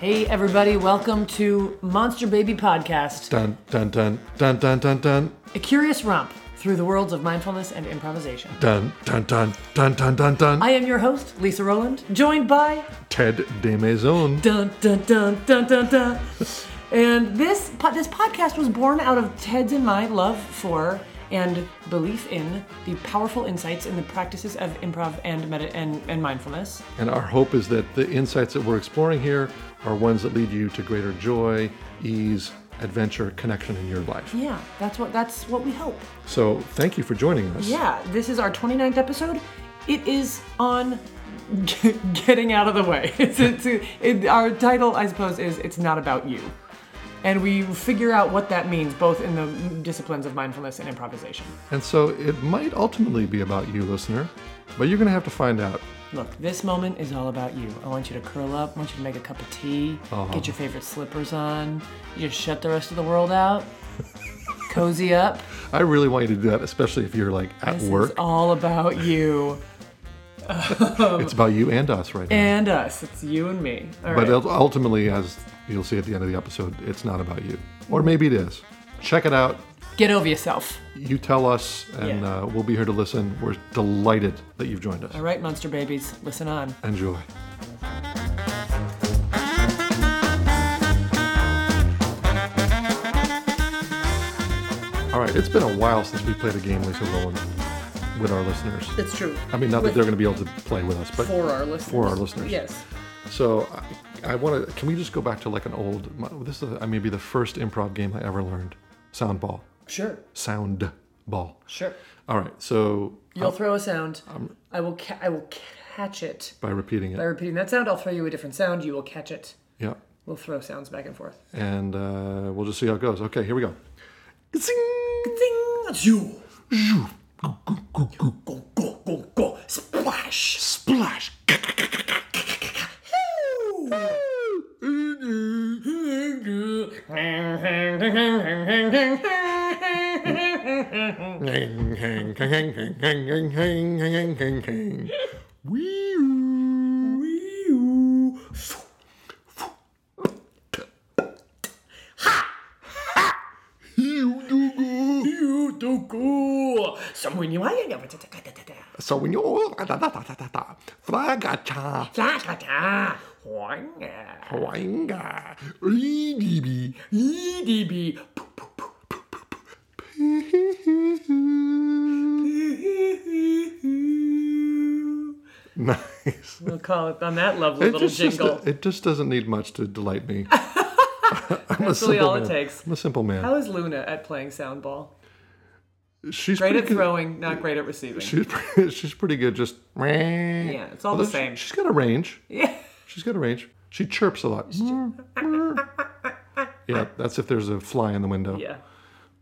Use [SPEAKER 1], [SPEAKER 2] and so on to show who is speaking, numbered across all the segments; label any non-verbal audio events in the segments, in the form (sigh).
[SPEAKER 1] Hey, everybody, welcome to Monster Baby Podcast,
[SPEAKER 2] Dun dun dun dun dun dun dun
[SPEAKER 1] a curious romp through the worlds of mindfulness and improvisation.
[SPEAKER 2] dun dun dun dun dun dun dun.
[SPEAKER 1] I am your host, Lisa Rowland, joined by
[SPEAKER 2] Ted de Maison.
[SPEAKER 1] dun dun dun dun dun dun. And this po- this podcast was born out of Ted's and my love for and belief in the powerful insights in the practices of improv and medi and, and mindfulness.
[SPEAKER 2] And our hope is that the insights that we're exploring here are ones that lead you to greater joy, ease, adventure, connection in your life.
[SPEAKER 1] Yeah, that's what that's what we hope.
[SPEAKER 2] So thank you for joining us.
[SPEAKER 1] Yeah, this is our 29th episode. It is on (laughs) g- getting out of the way. (laughs) It's, it's it, our title, I suppose, is It's Not About You. And we figure out what that means both in the disciplines of mindfulness and improvisation.
[SPEAKER 2] And so it might ultimately be about you, listener, but you're gonna have to find out.
[SPEAKER 1] Look, this moment is all about you. I want you to curl up, I want you to make a cup of tea,
[SPEAKER 2] Uh-huh.
[SPEAKER 1] get your favorite slippers on, you just shut the rest of the world out, cozy up.
[SPEAKER 2] I really want you to do that, especially if you're like (laughs) at
[SPEAKER 1] This
[SPEAKER 2] work.
[SPEAKER 1] is all about you
[SPEAKER 2] it's about you and us right now.
[SPEAKER 1] and us. It's you and me. All
[SPEAKER 2] But
[SPEAKER 1] right.
[SPEAKER 2] ul- ultimately, as you'll see at the end of the episode, it's not about you. Or maybe it is. Check it out.
[SPEAKER 1] Get over yourself.
[SPEAKER 2] you tell us, and
[SPEAKER 1] Yeah.
[SPEAKER 2] uh, we'll be here to listen. We're delighted that you've joined us.
[SPEAKER 1] All right, monster babies, listen on.
[SPEAKER 2] Enjoy. All right, it's been a while since we played a game, Lisa Rowland, with our listeners.
[SPEAKER 1] It's true.
[SPEAKER 2] I mean, not that they're going to be able to play with us, but
[SPEAKER 1] for our listeners.
[SPEAKER 2] for our listeners.
[SPEAKER 1] Yes.
[SPEAKER 2] so I, I want to. Can we just go back to like an old? my- This is uh, maybe the first improv game I ever learned. Sound ball.
[SPEAKER 1] Sure.
[SPEAKER 2] Sound ball.
[SPEAKER 1] Sure.
[SPEAKER 2] All right, so
[SPEAKER 1] You'll throw a sound. I will. Ca- I will catch it
[SPEAKER 2] by repeating
[SPEAKER 1] by
[SPEAKER 2] it,
[SPEAKER 1] repeating that sound. I'll throw you a different sound. You will catch it.
[SPEAKER 2] yeah.
[SPEAKER 1] We'll throw sounds back and forth.
[SPEAKER 2] and uh, we'll just see how it goes. Okay, here we go. Zing!
[SPEAKER 1] Ding! Zoo. Go go go go! Splash!
[SPEAKER 2] Splash!
[SPEAKER 1] You do go. Somewhere new. I never. da- da- da- da- da- da.
[SPEAKER 2] So when you're da da da da da da, fragacha,
[SPEAKER 1] Da- da- da. Wanga.
[SPEAKER 2] wanga, libibi.
[SPEAKER 1] EDB.
[SPEAKER 2] Nice.
[SPEAKER 1] We'll call it on that lovely
[SPEAKER 2] It
[SPEAKER 1] little
[SPEAKER 2] just, just-
[SPEAKER 1] jingle.
[SPEAKER 2] it just doesn't need much to delight me. I'm a
[SPEAKER 1] (laughs) That's really
[SPEAKER 2] simple
[SPEAKER 1] all it
[SPEAKER 2] man.
[SPEAKER 1] takes.
[SPEAKER 2] I'm a simple man.
[SPEAKER 1] How is Luna at playing soundball?
[SPEAKER 2] She's
[SPEAKER 1] Great
[SPEAKER 2] pretty
[SPEAKER 1] at
[SPEAKER 2] good-
[SPEAKER 1] throwing, not great at receiving.
[SPEAKER 2] She's pretty, (laughs) she's pretty good. Just yeah,
[SPEAKER 1] it's all the same.
[SPEAKER 2] She, has got a range.
[SPEAKER 1] Yeah.
[SPEAKER 2] She's got a range. She chirps a lot. yeah, that's if there's a fly in the window.
[SPEAKER 1] Yeah.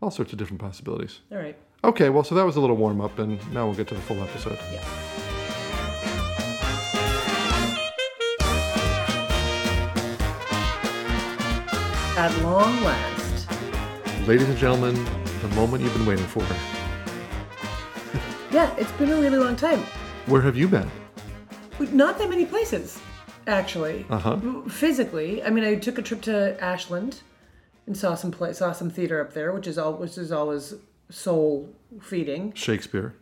[SPEAKER 2] All sorts of different possibilities.
[SPEAKER 1] All right.
[SPEAKER 2] Okay, well, so that was a little warm up, and now we'll get to the full episode.
[SPEAKER 1] Yeah. At long last,
[SPEAKER 2] Ladies and gentlemen, the moment you've been waiting for.
[SPEAKER 1] yeah, it's been a really long time.
[SPEAKER 2] Where have you been?
[SPEAKER 1] Not that many places, actually. Uh-huh. Physically, I mean, I took a trip to Ashland and saw some play, saw some theater up there, which is all which is always soul feeding.
[SPEAKER 2] Shakespeare.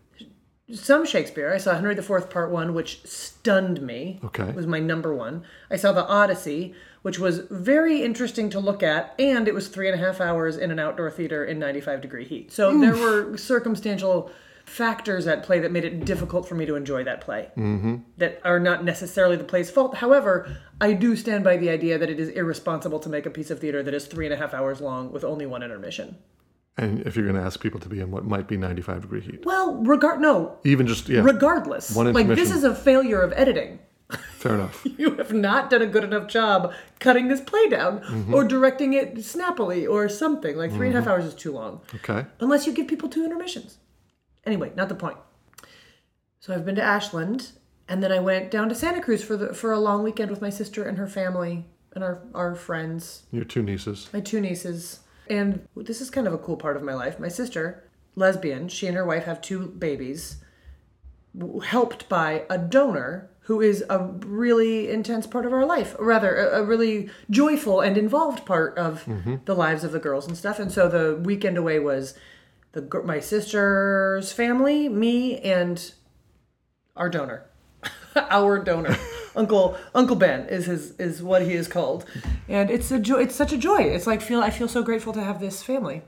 [SPEAKER 1] Some Shakespeare. I saw Henry IV Part One, which stunned me.
[SPEAKER 2] Okay.
[SPEAKER 1] was my number one. I saw the Odyssey, which was very interesting to look at, and it was three and a half hours in an outdoor theater in 95 degree heat. So there were circumstantial factors at play that made it difficult for me to enjoy that play
[SPEAKER 2] Mm-hmm.
[SPEAKER 1] that are not necessarily the play's fault. However, I do stand by the idea that it is irresponsible to make a piece of theater that is three and a half hours long with only one intermission.
[SPEAKER 2] And if you're going to ask people to be in what might be 95 degree heat,
[SPEAKER 1] Well, regard no,
[SPEAKER 2] even just yeah,
[SPEAKER 1] regardless,
[SPEAKER 2] One
[SPEAKER 1] like this
[SPEAKER 2] intermission.
[SPEAKER 1] is a failure of editing.
[SPEAKER 2] fair enough.
[SPEAKER 1] (laughs) you have not done a good enough job cutting this play down or directing it snappily or something. Like three and a half hours is too long,
[SPEAKER 2] Okay.
[SPEAKER 1] unless you give people two intermissions. Anyway, not the point. So I've been to Ashland, and then I went down to Santa Cruz for the for a long weekend with my sister and her family and our our friends,
[SPEAKER 2] Your two nieces.
[SPEAKER 1] my two nieces. And this is kind of a cool part of my life. My sister, lesbian, she and her wife have two babies, w- helped by a donor who is a really intense part of our life, or rather, a, a really joyful and involved part of the lives of the girls and stuff. And so the weekend away was the gr- my sister's family, me, and our donor, (laughs) our donor, Uncle Uncle Ben is his is what he is called, and it's a joy. It's such a joy. It's like feel I feel so grateful to have this family.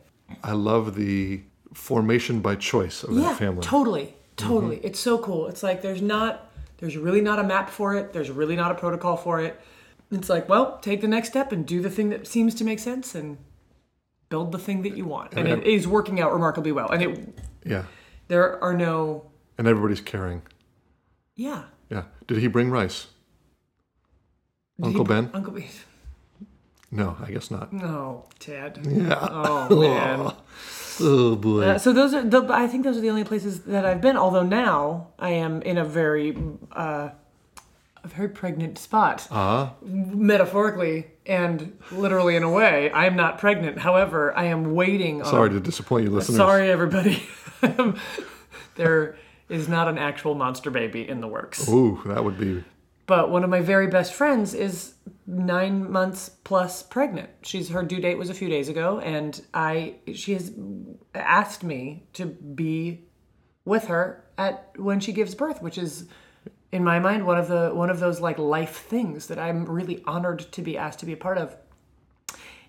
[SPEAKER 2] I love the formation by choice of that family. Mm-hmm.
[SPEAKER 1] Totally. Totally. It's so cool. It's like there's not there's really not a map for it. There's really not a protocol for it. It's like, well, take the next step and do the thing that seems to make sense and build the thing that you want. And it is working out remarkably well. And it
[SPEAKER 2] yeah.
[SPEAKER 1] there are no
[SPEAKER 2] And everybody's caring.
[SPEAKER 1] yeah.
[SPEAKER 2] Yeah. Did he bring rice? Uncle Ben?
[SPEAKER 1] Uncle (laughs) Ben.
[SPEAKER 2] No, I guess not.
[SPEAKER 1] No, Ted.
[SPEAKER 2] (laughs) Yeah.
[SPEAKER 1] Oh man.
[SPEAKER 2] Oh boy.
[SPEAKER 1] Uh, so those are the I think those are the only places that I've been. Although now I am in a very uh, a very pregnant spot.
[SPEAKER 2] Uh,
[SPEAKER 1] metaphorically and literally in a way i'm not pregnant however i am waiting on
[SPEAKER 2] sorry to disappoint you, listeners.
[SPEAKER 1] sorry everybody (laughs) there is not an actual monster baby in the works
[SPEAKER 2] Ooh, that would be.
[SPEAKER 1] but one of my very best friends is nine months plus pregnant she's her due date was a few days ago and i she has asked me to be with her at when she gives birth which is in my mind one of the one of those like life things that i'm really honored to be asked to be a part of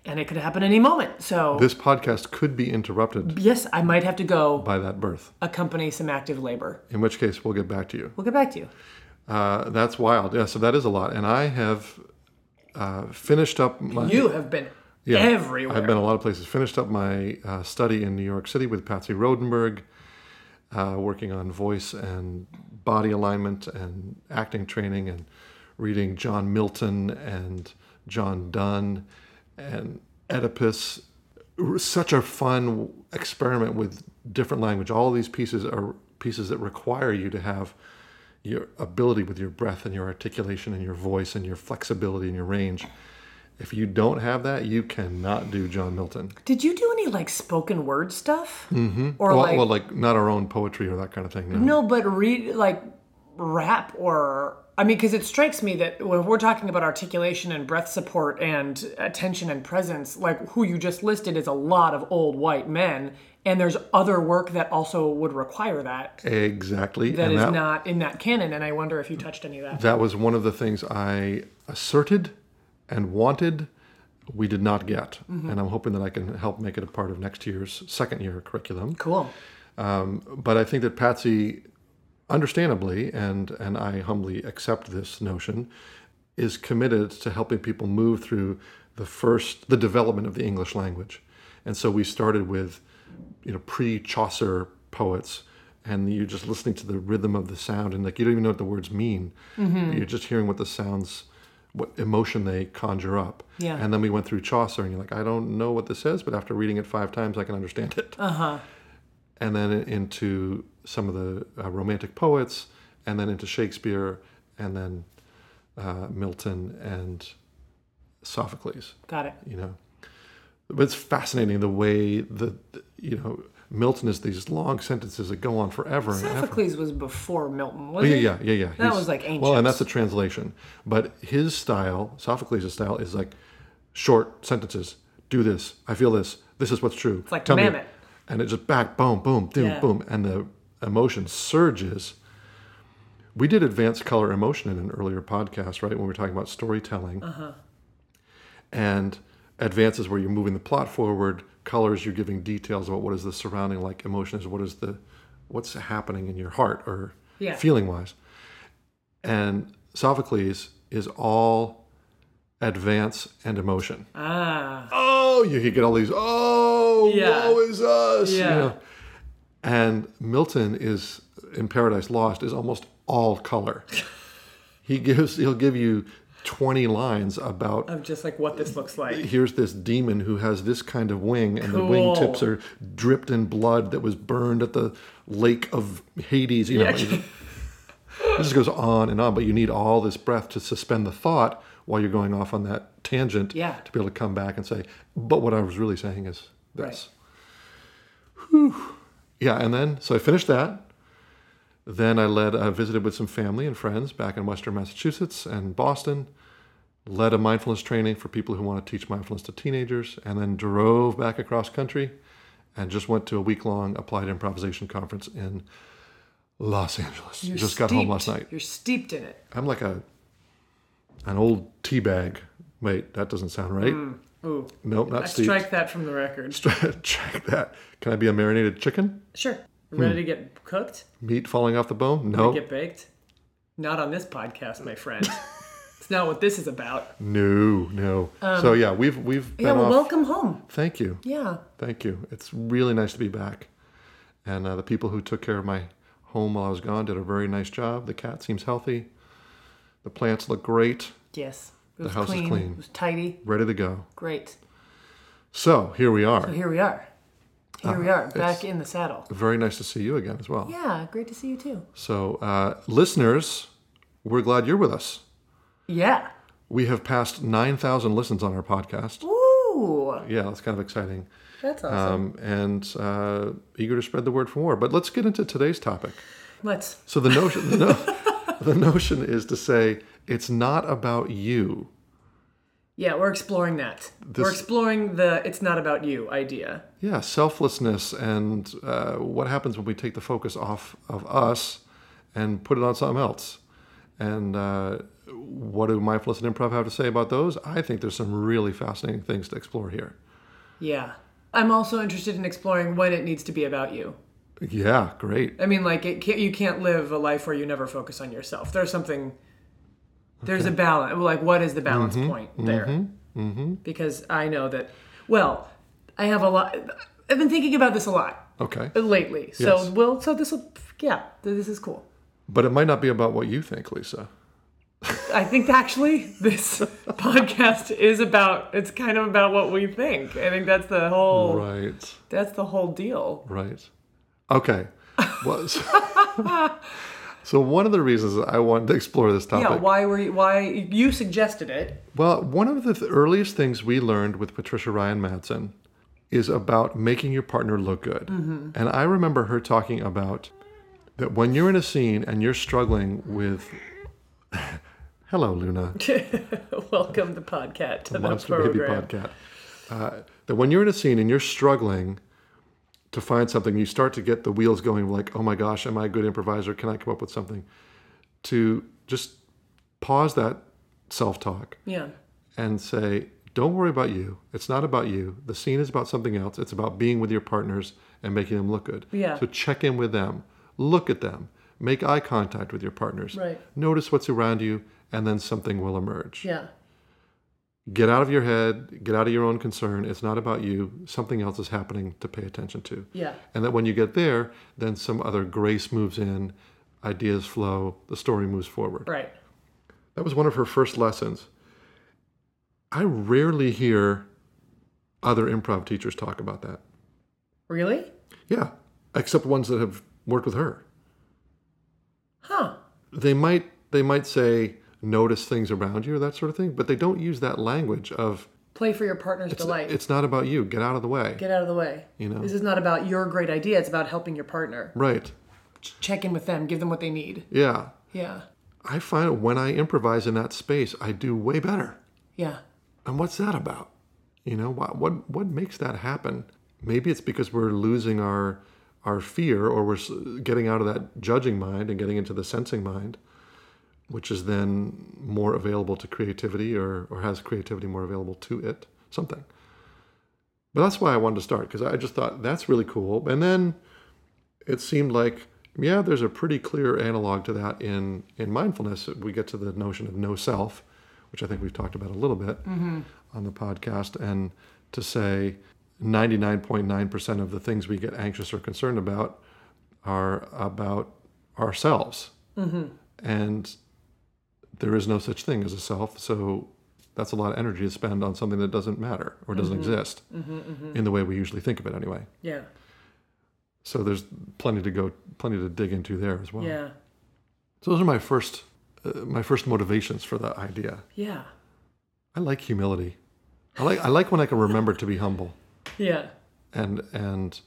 [SPEAKER 1] and it could happen any moment so
[SPEAKER 2] This podcast could be interrupted
[SPEAKER 1] yes i might have to go
[SPEAKER 2] by that birth,
[SPEAKER 1] accompany some active labor
[SPEAKER 2] in which case we'll get back to you.
[SPEAKER 1] we'll get back to you
[SPEAKER 2] Uh, that's wild. Yeah, so that is a lot. And I have uh, finished up my.
[SPEAKER 1] you have been
[SPEAKER 2] Yeah.
[SPEAKER 1] everywhere
[SPEAKER 2] I've been a lot of places. Finished up my uh, study in New York City with Patsy Rodenberg, uh, working on voice and body alignment and acting training and reading John Milton and John Donne and Oedipus. Such a fun experiment with different language. All these pieces are pieces that require you to have your ability with your breath and your articulation and your voice and your flexibility and your range. If you don't have that, you cannot do John Milton.
[SPEAKER 1] Did you do any like spoken word stuff? Mm-hmm. Or
[SPEAKER 2] Well,
[SPEAKER 1] like Mm-hmm.
[SPEAKER 2] well, like not our own poetry or that kind of thing. No.
[SPEAKER 1] no, but read like rap or I mean, because it strikes me that when we're talking about articulation and breath support and attention and presence, like who you just listed is a lot of old white men, and there's other work that also would require that
[SPEAKER 2] Exactly.
[SPEAKER 1] that
[SPEAKER 2] and
[SPEAKER 1] is
[SPEAKER 2] that,
[SPEAKER 1] not in that canon. And I wonder if you touched any of that.
[SPEAKER 2] that was one of the things I asserted and wanted we did not get. And I'm hoping that I can help make it a part of next year's second year curriculum.
[SPEAKER 1] Cool.
[SPEAKER 2] but I think that Patsy, understandably, and and I humbly accept this notion, is committed to helping people move through the first the development of the English language, and so we started with, you know, pre Chaucer poets, and you're just listening to the rhythm of the sound, and like you don't even know what the words mean, but you're just hearing what the sounds. What emotion they conjure up,
[SPEAKER 1] Yeah.
[SPEAKER 2] and then we went through Chaucer, and you're like, I don't know what this says, but after reading it five times, I can understand it and then into some of the uh, romantic poets, and then into Shakespeare, and then uh, Milton and Sophocles.
[SPEAKER 1] Got it.
[SPEAKER 2] You know, but it's fascinating the way that you know Milton is these long sentences that go on forever and ever.
[SPEAKER 1] Sophocles was before Milton, was
[SPEAKER 2] Oh, Yeah,
[SPEAKER 1] it?
[SPEAKER 2] yeah, yeah, yeah. He's-
[SPEAKER 1] was, like,
[SPEAKER 2] Well,
[SPEAKER 1] ancient.
[SPEAKER 2] and that's a translation. But his style, Sophocles' style, is like short sentences. Do this. I feel this. This is what's true. It's
[SPEAKER 1] like
[SPEAKER 2] Tell Me.
[SPEAKER 1] Mamet.
[SPEAKER 2] And it just back, boom, boom, boom,
[SPEAKER 1] Yeah.
[SPEAKER 2] boom, and the emotion surges. We did advanced color emotion in an earlier podcast, right? When we were talking about storytelling.
[SPEAKER 1] Uh-huh.
[SPEAKER 2] And advance is where you're moving the plot forward. Colors, you're giving details about what is the surrounding like. Emotion is what is the what's happening in your heart or
[SPEAKER 1] Yeah.
[SPEAKER 2] feeling wise. And Sophocles is all advance and emotion.
[SPEAKER 1] Ah.
[SPEAKER 2] Oh, you could get all these. Oh,
[SPEAKER 1] Yeah.
[SPEAKER 2] woe is us. you
[SPEAKER 1] Yeah.
[SPEAKER 2] know. And Milton is in Paradise Lost is almost all
[SPEAKER 1] (laughs)
[SPEAKER 2] color. he gives he'll give you twenty lines about
[SPEAKER 1] Of just like what this looks like.
[SPEAKER 2] here's this demon who has this kind of wing and the
[SPEAKER 1] Cool.
[SPEAKER 2] wing tips are dripped in blood that was burned at the lake of hades you know
[SPEAKER 1] Yeah.
[SPEAKER 2] it just goes on and on but you need all this breath to suspend the thought while you're going off on that tangent
[SPEAKER 1] Yeah.
[SPEAKER 2] to be able to come back and say but what i was really saying is this Whew. yeah and then so i finished that Then I led, I visited with some family and friends back in Western Massachusetts and Boston, led a mindfulness training for people who want to teach mindfulness to teenagers, and then drove back across country and just went to a week long applied improvisation conference in Los Angeles.
[SPEAKER 1] You're
[SPEAKER 2] just got home
[SPEAKER 1] steeped-
[SPEAKER 2] last night.
[SPEAKER 1] You're steeped in it.
[SPEAKER 2] I'm like a an old tea bag. Wait, that doesn't sound right.
[SPEAKER 1] Hmm. Ooh,
[SPEAKER 2] Nope, not
[SPEAKER 1] I
[SPEAKER 2] steeped. (laughs)
[SPEAKER 1] strike that from the record.
[SPEAKER 2] Check that. Can I be a marinated chicken?
[SPEAKER 1] Sure.
[SPEAKER 2] Hmm.
[SPEAKER 1] Ready to get cooked?
[SPEAKER 2] Meat falling off the bone? No.
[SPEAKER 1] Get baked? Not on this podcast, my
[SPEAKER 2] (laughs)
[SPEAKER 1] friend. it's not what this is about.
[SPEAKER 2] No, no. so yeah, we've we've been
[SPEAKER 1] Um, Yeah, well,
[SPEAKER 2] off.
[SPEAKER 1] welcome home.
[SPEAKER 2] Thank you,
[SPEAKER 1] Yeah.
[SPEAKER 2] thank you. It's really nice to be back. And uh, the people who took care of my home while I was gone did a very nice job. The cat seems healthy. The plants look great,
[SPEAKER 1] Yes. It
[SPEAKER 2] The house is clean.
[SPEAKER 1] It was tidy.
[SPEAKER 2] ready to go.
[SPEAKER 1] Great.
[SPEAKER 2] So here we are.
[SPEAKER 1] But here we are. Here we
[SPEAKER 2] Uh-huh.
[SPEAKER 1] are, back in the saddle.
[SPEAKER 2] Very nice to see you again as well.
[SPEAKER 1] Yeah, great to see you too.
[SPEAKER 2] So uh, listeners, we're glad you're with us.
[SPEAKER 1] Yeah.
[SPEAKER 2] We have passed nine thousand listens on our podcast.
[SPEAKER 1] Woo!
[SPEAKER 2] Yeah, that's kind of exciting.
[SPEAKER 1] That's awesome.
[SPEAKER 2] um, and uh, eager to spread the word for more. But let's get into today's topic.
[SPEAKER 1] Let's.
[SPEAKER 2] So the notion, the, no, the notion is to say it's not about you.
[SPEAKER 1] Yeah, we're exploring that.
[SPEAKER 2] This-
[SPEAKER 1] We're exploring the it's not about you idea.
[SPEAKER 2] Yeah, selflessness and uh, what happens when we take the focus off of us and put it on something else. And uh, what do mindfulness and improv have to say about those? I think there's some really fascinating things to explore here.
[SPEAKER 1] Yeah. I'm also interested in exploring when it needs to be about you.
[SPEAKER 2] Yeah, great.
[SPEAKER 1] I mean, like, it can't, you can't live a life where you never focus on yourself. There's something, there's a balance. Like, what is the balance point there? Mm-hmm, Because I know that, well, I have a lot, I've been thinking about this a lot
[SPEAKER 2] Okay.
[SPEAKER 1] lately. So,
[SPEAKER 2] Yes.
[SPEAKER 1] well, so this will, yeah, th- this is cool.
[SPEAKER 2] But it might not be about what you think, Lisa.
[SPEAKER 1] I think actually (laughs) this
[SPEAKER 2] (laughs)
[SPEAKER 1] podcast is about, it's kind of about what we think. I think that's the whole,
[SPEAKER 2] Right.
[SPEAKER 1] that's the whole deal.
[SPEAKER 2] Right. Okay. Well, (laughs) so, so one of the reasons I wanted to explore this topic.
[SPEAKER 1] Yeah, why were you, why, you suggested it. (laughs)
[SPEAKER 2] well, one of the th- earliest things we learned with Patricia Ryan Madsen is about making your partner look good. And I remember her talking about that when you're in a scene and you're struggling with. (laughs) Hello, Luna,
[SPEAKER 1] Welcome to podcast, to the
[SPEAKER 2] Monster Baby
[SPEAKER 1] program.
[SPEAKER 2] Podcast. Uh, that when you're in a scene and you're struggling to find something, you start to get the wheels going. Like, oh my gosh, am I a good improviser? Can I come up with something? to just pause that self talk
[SPEAKER 1] Yeah.
[SPEAKER 2] and say, don't worry about you. It's not about you. The scene is about something else. It's about being with your partners and making them look good.
[SPEAKER 1] Yeah.
[SPEAKER 2] So check in with them, look at them, make eye contact with your partners,
[SPEAKER 1] Right.
[SPEAKER 2] notice what's around you, and then something will emerge.
[SPEAKER 1] Yeah.
[SPEAKER 2] Get out of your head, get out of your own concern. It's not about you. Something else is happening to pay attention to.
[SPEAKER 1] Yeah.
[SPEAKER 2] And that when you get there, then some other grace moves in, ideas flow, the story moves forward.
[SPEAKER 1] Right.
[SPEAKER 2] That was one of her first lessons. I rarely hear other improv teachers talk about that.
[SPEAKER 1] Really?
[SPEAKER 2] Yeah, except ones that have worked with her.
[SPEAKER 1] Huh.
[SPEAKER 2] They might they might say notice things around you or that sort of thing, but they don't use that language of
[SPEAKER 1] Play for your partner's delight.
[SPEAKER 2] it's not about you, get out of the way,
[SPEAKER 1] Get out of the way.
[SPEAKER 2] you know.
[SPEAKER 1] This is not about your great idea. It's about helping your partner.
[SPEAKER 2] Right.
[SPEAKER 1] Ch- Check in with them. Give them what they need.
[SPEAKER 2] Yeah.
[SPEAKER 1] Yeah.
[SPEAKER 2] I find when I improvise in that space, I do way better.
[SPEAKER 1] Yeah.
[SPEAKER 2] And what's that about? You know, what what what makes that happen? Maybe it's because we're losing our our fear, or we're s- getting out of that judging mind and getting into the sensing mind, which is then more available to creativity, or or has creativity more available to it. Something. But that's why I wanted to start because I just thought that's really cool. And then it seemed like yeah, there's a pretty clear analog to that in in mindfulness. We get to the notion of no self, which I think we've talked about a little bit on the podcast, and to say 99.9% of the things we get anxious or concerned about are about ourselves, and there is no such thing as a self. So that's a lot of energy to spend on something that doesn't matter or doesn't exist in the way we usually think of it, anyway.
[SPEAKER 1] Yeah.
[SPEAKER 2] So there's plenty to go, plenty to dig into there as well.
[SPEAKER 1] Yeah.
[SPEAKER 2] So those are my first, uh, my first motivations for that idea.
[SPEAKER 1] Yeah.
[SPEAKER 2] I like humility. I like I like when I can remember to be humble
[SPEAKER 1] Yeah.
[SPEAKER 2] and (laughs) and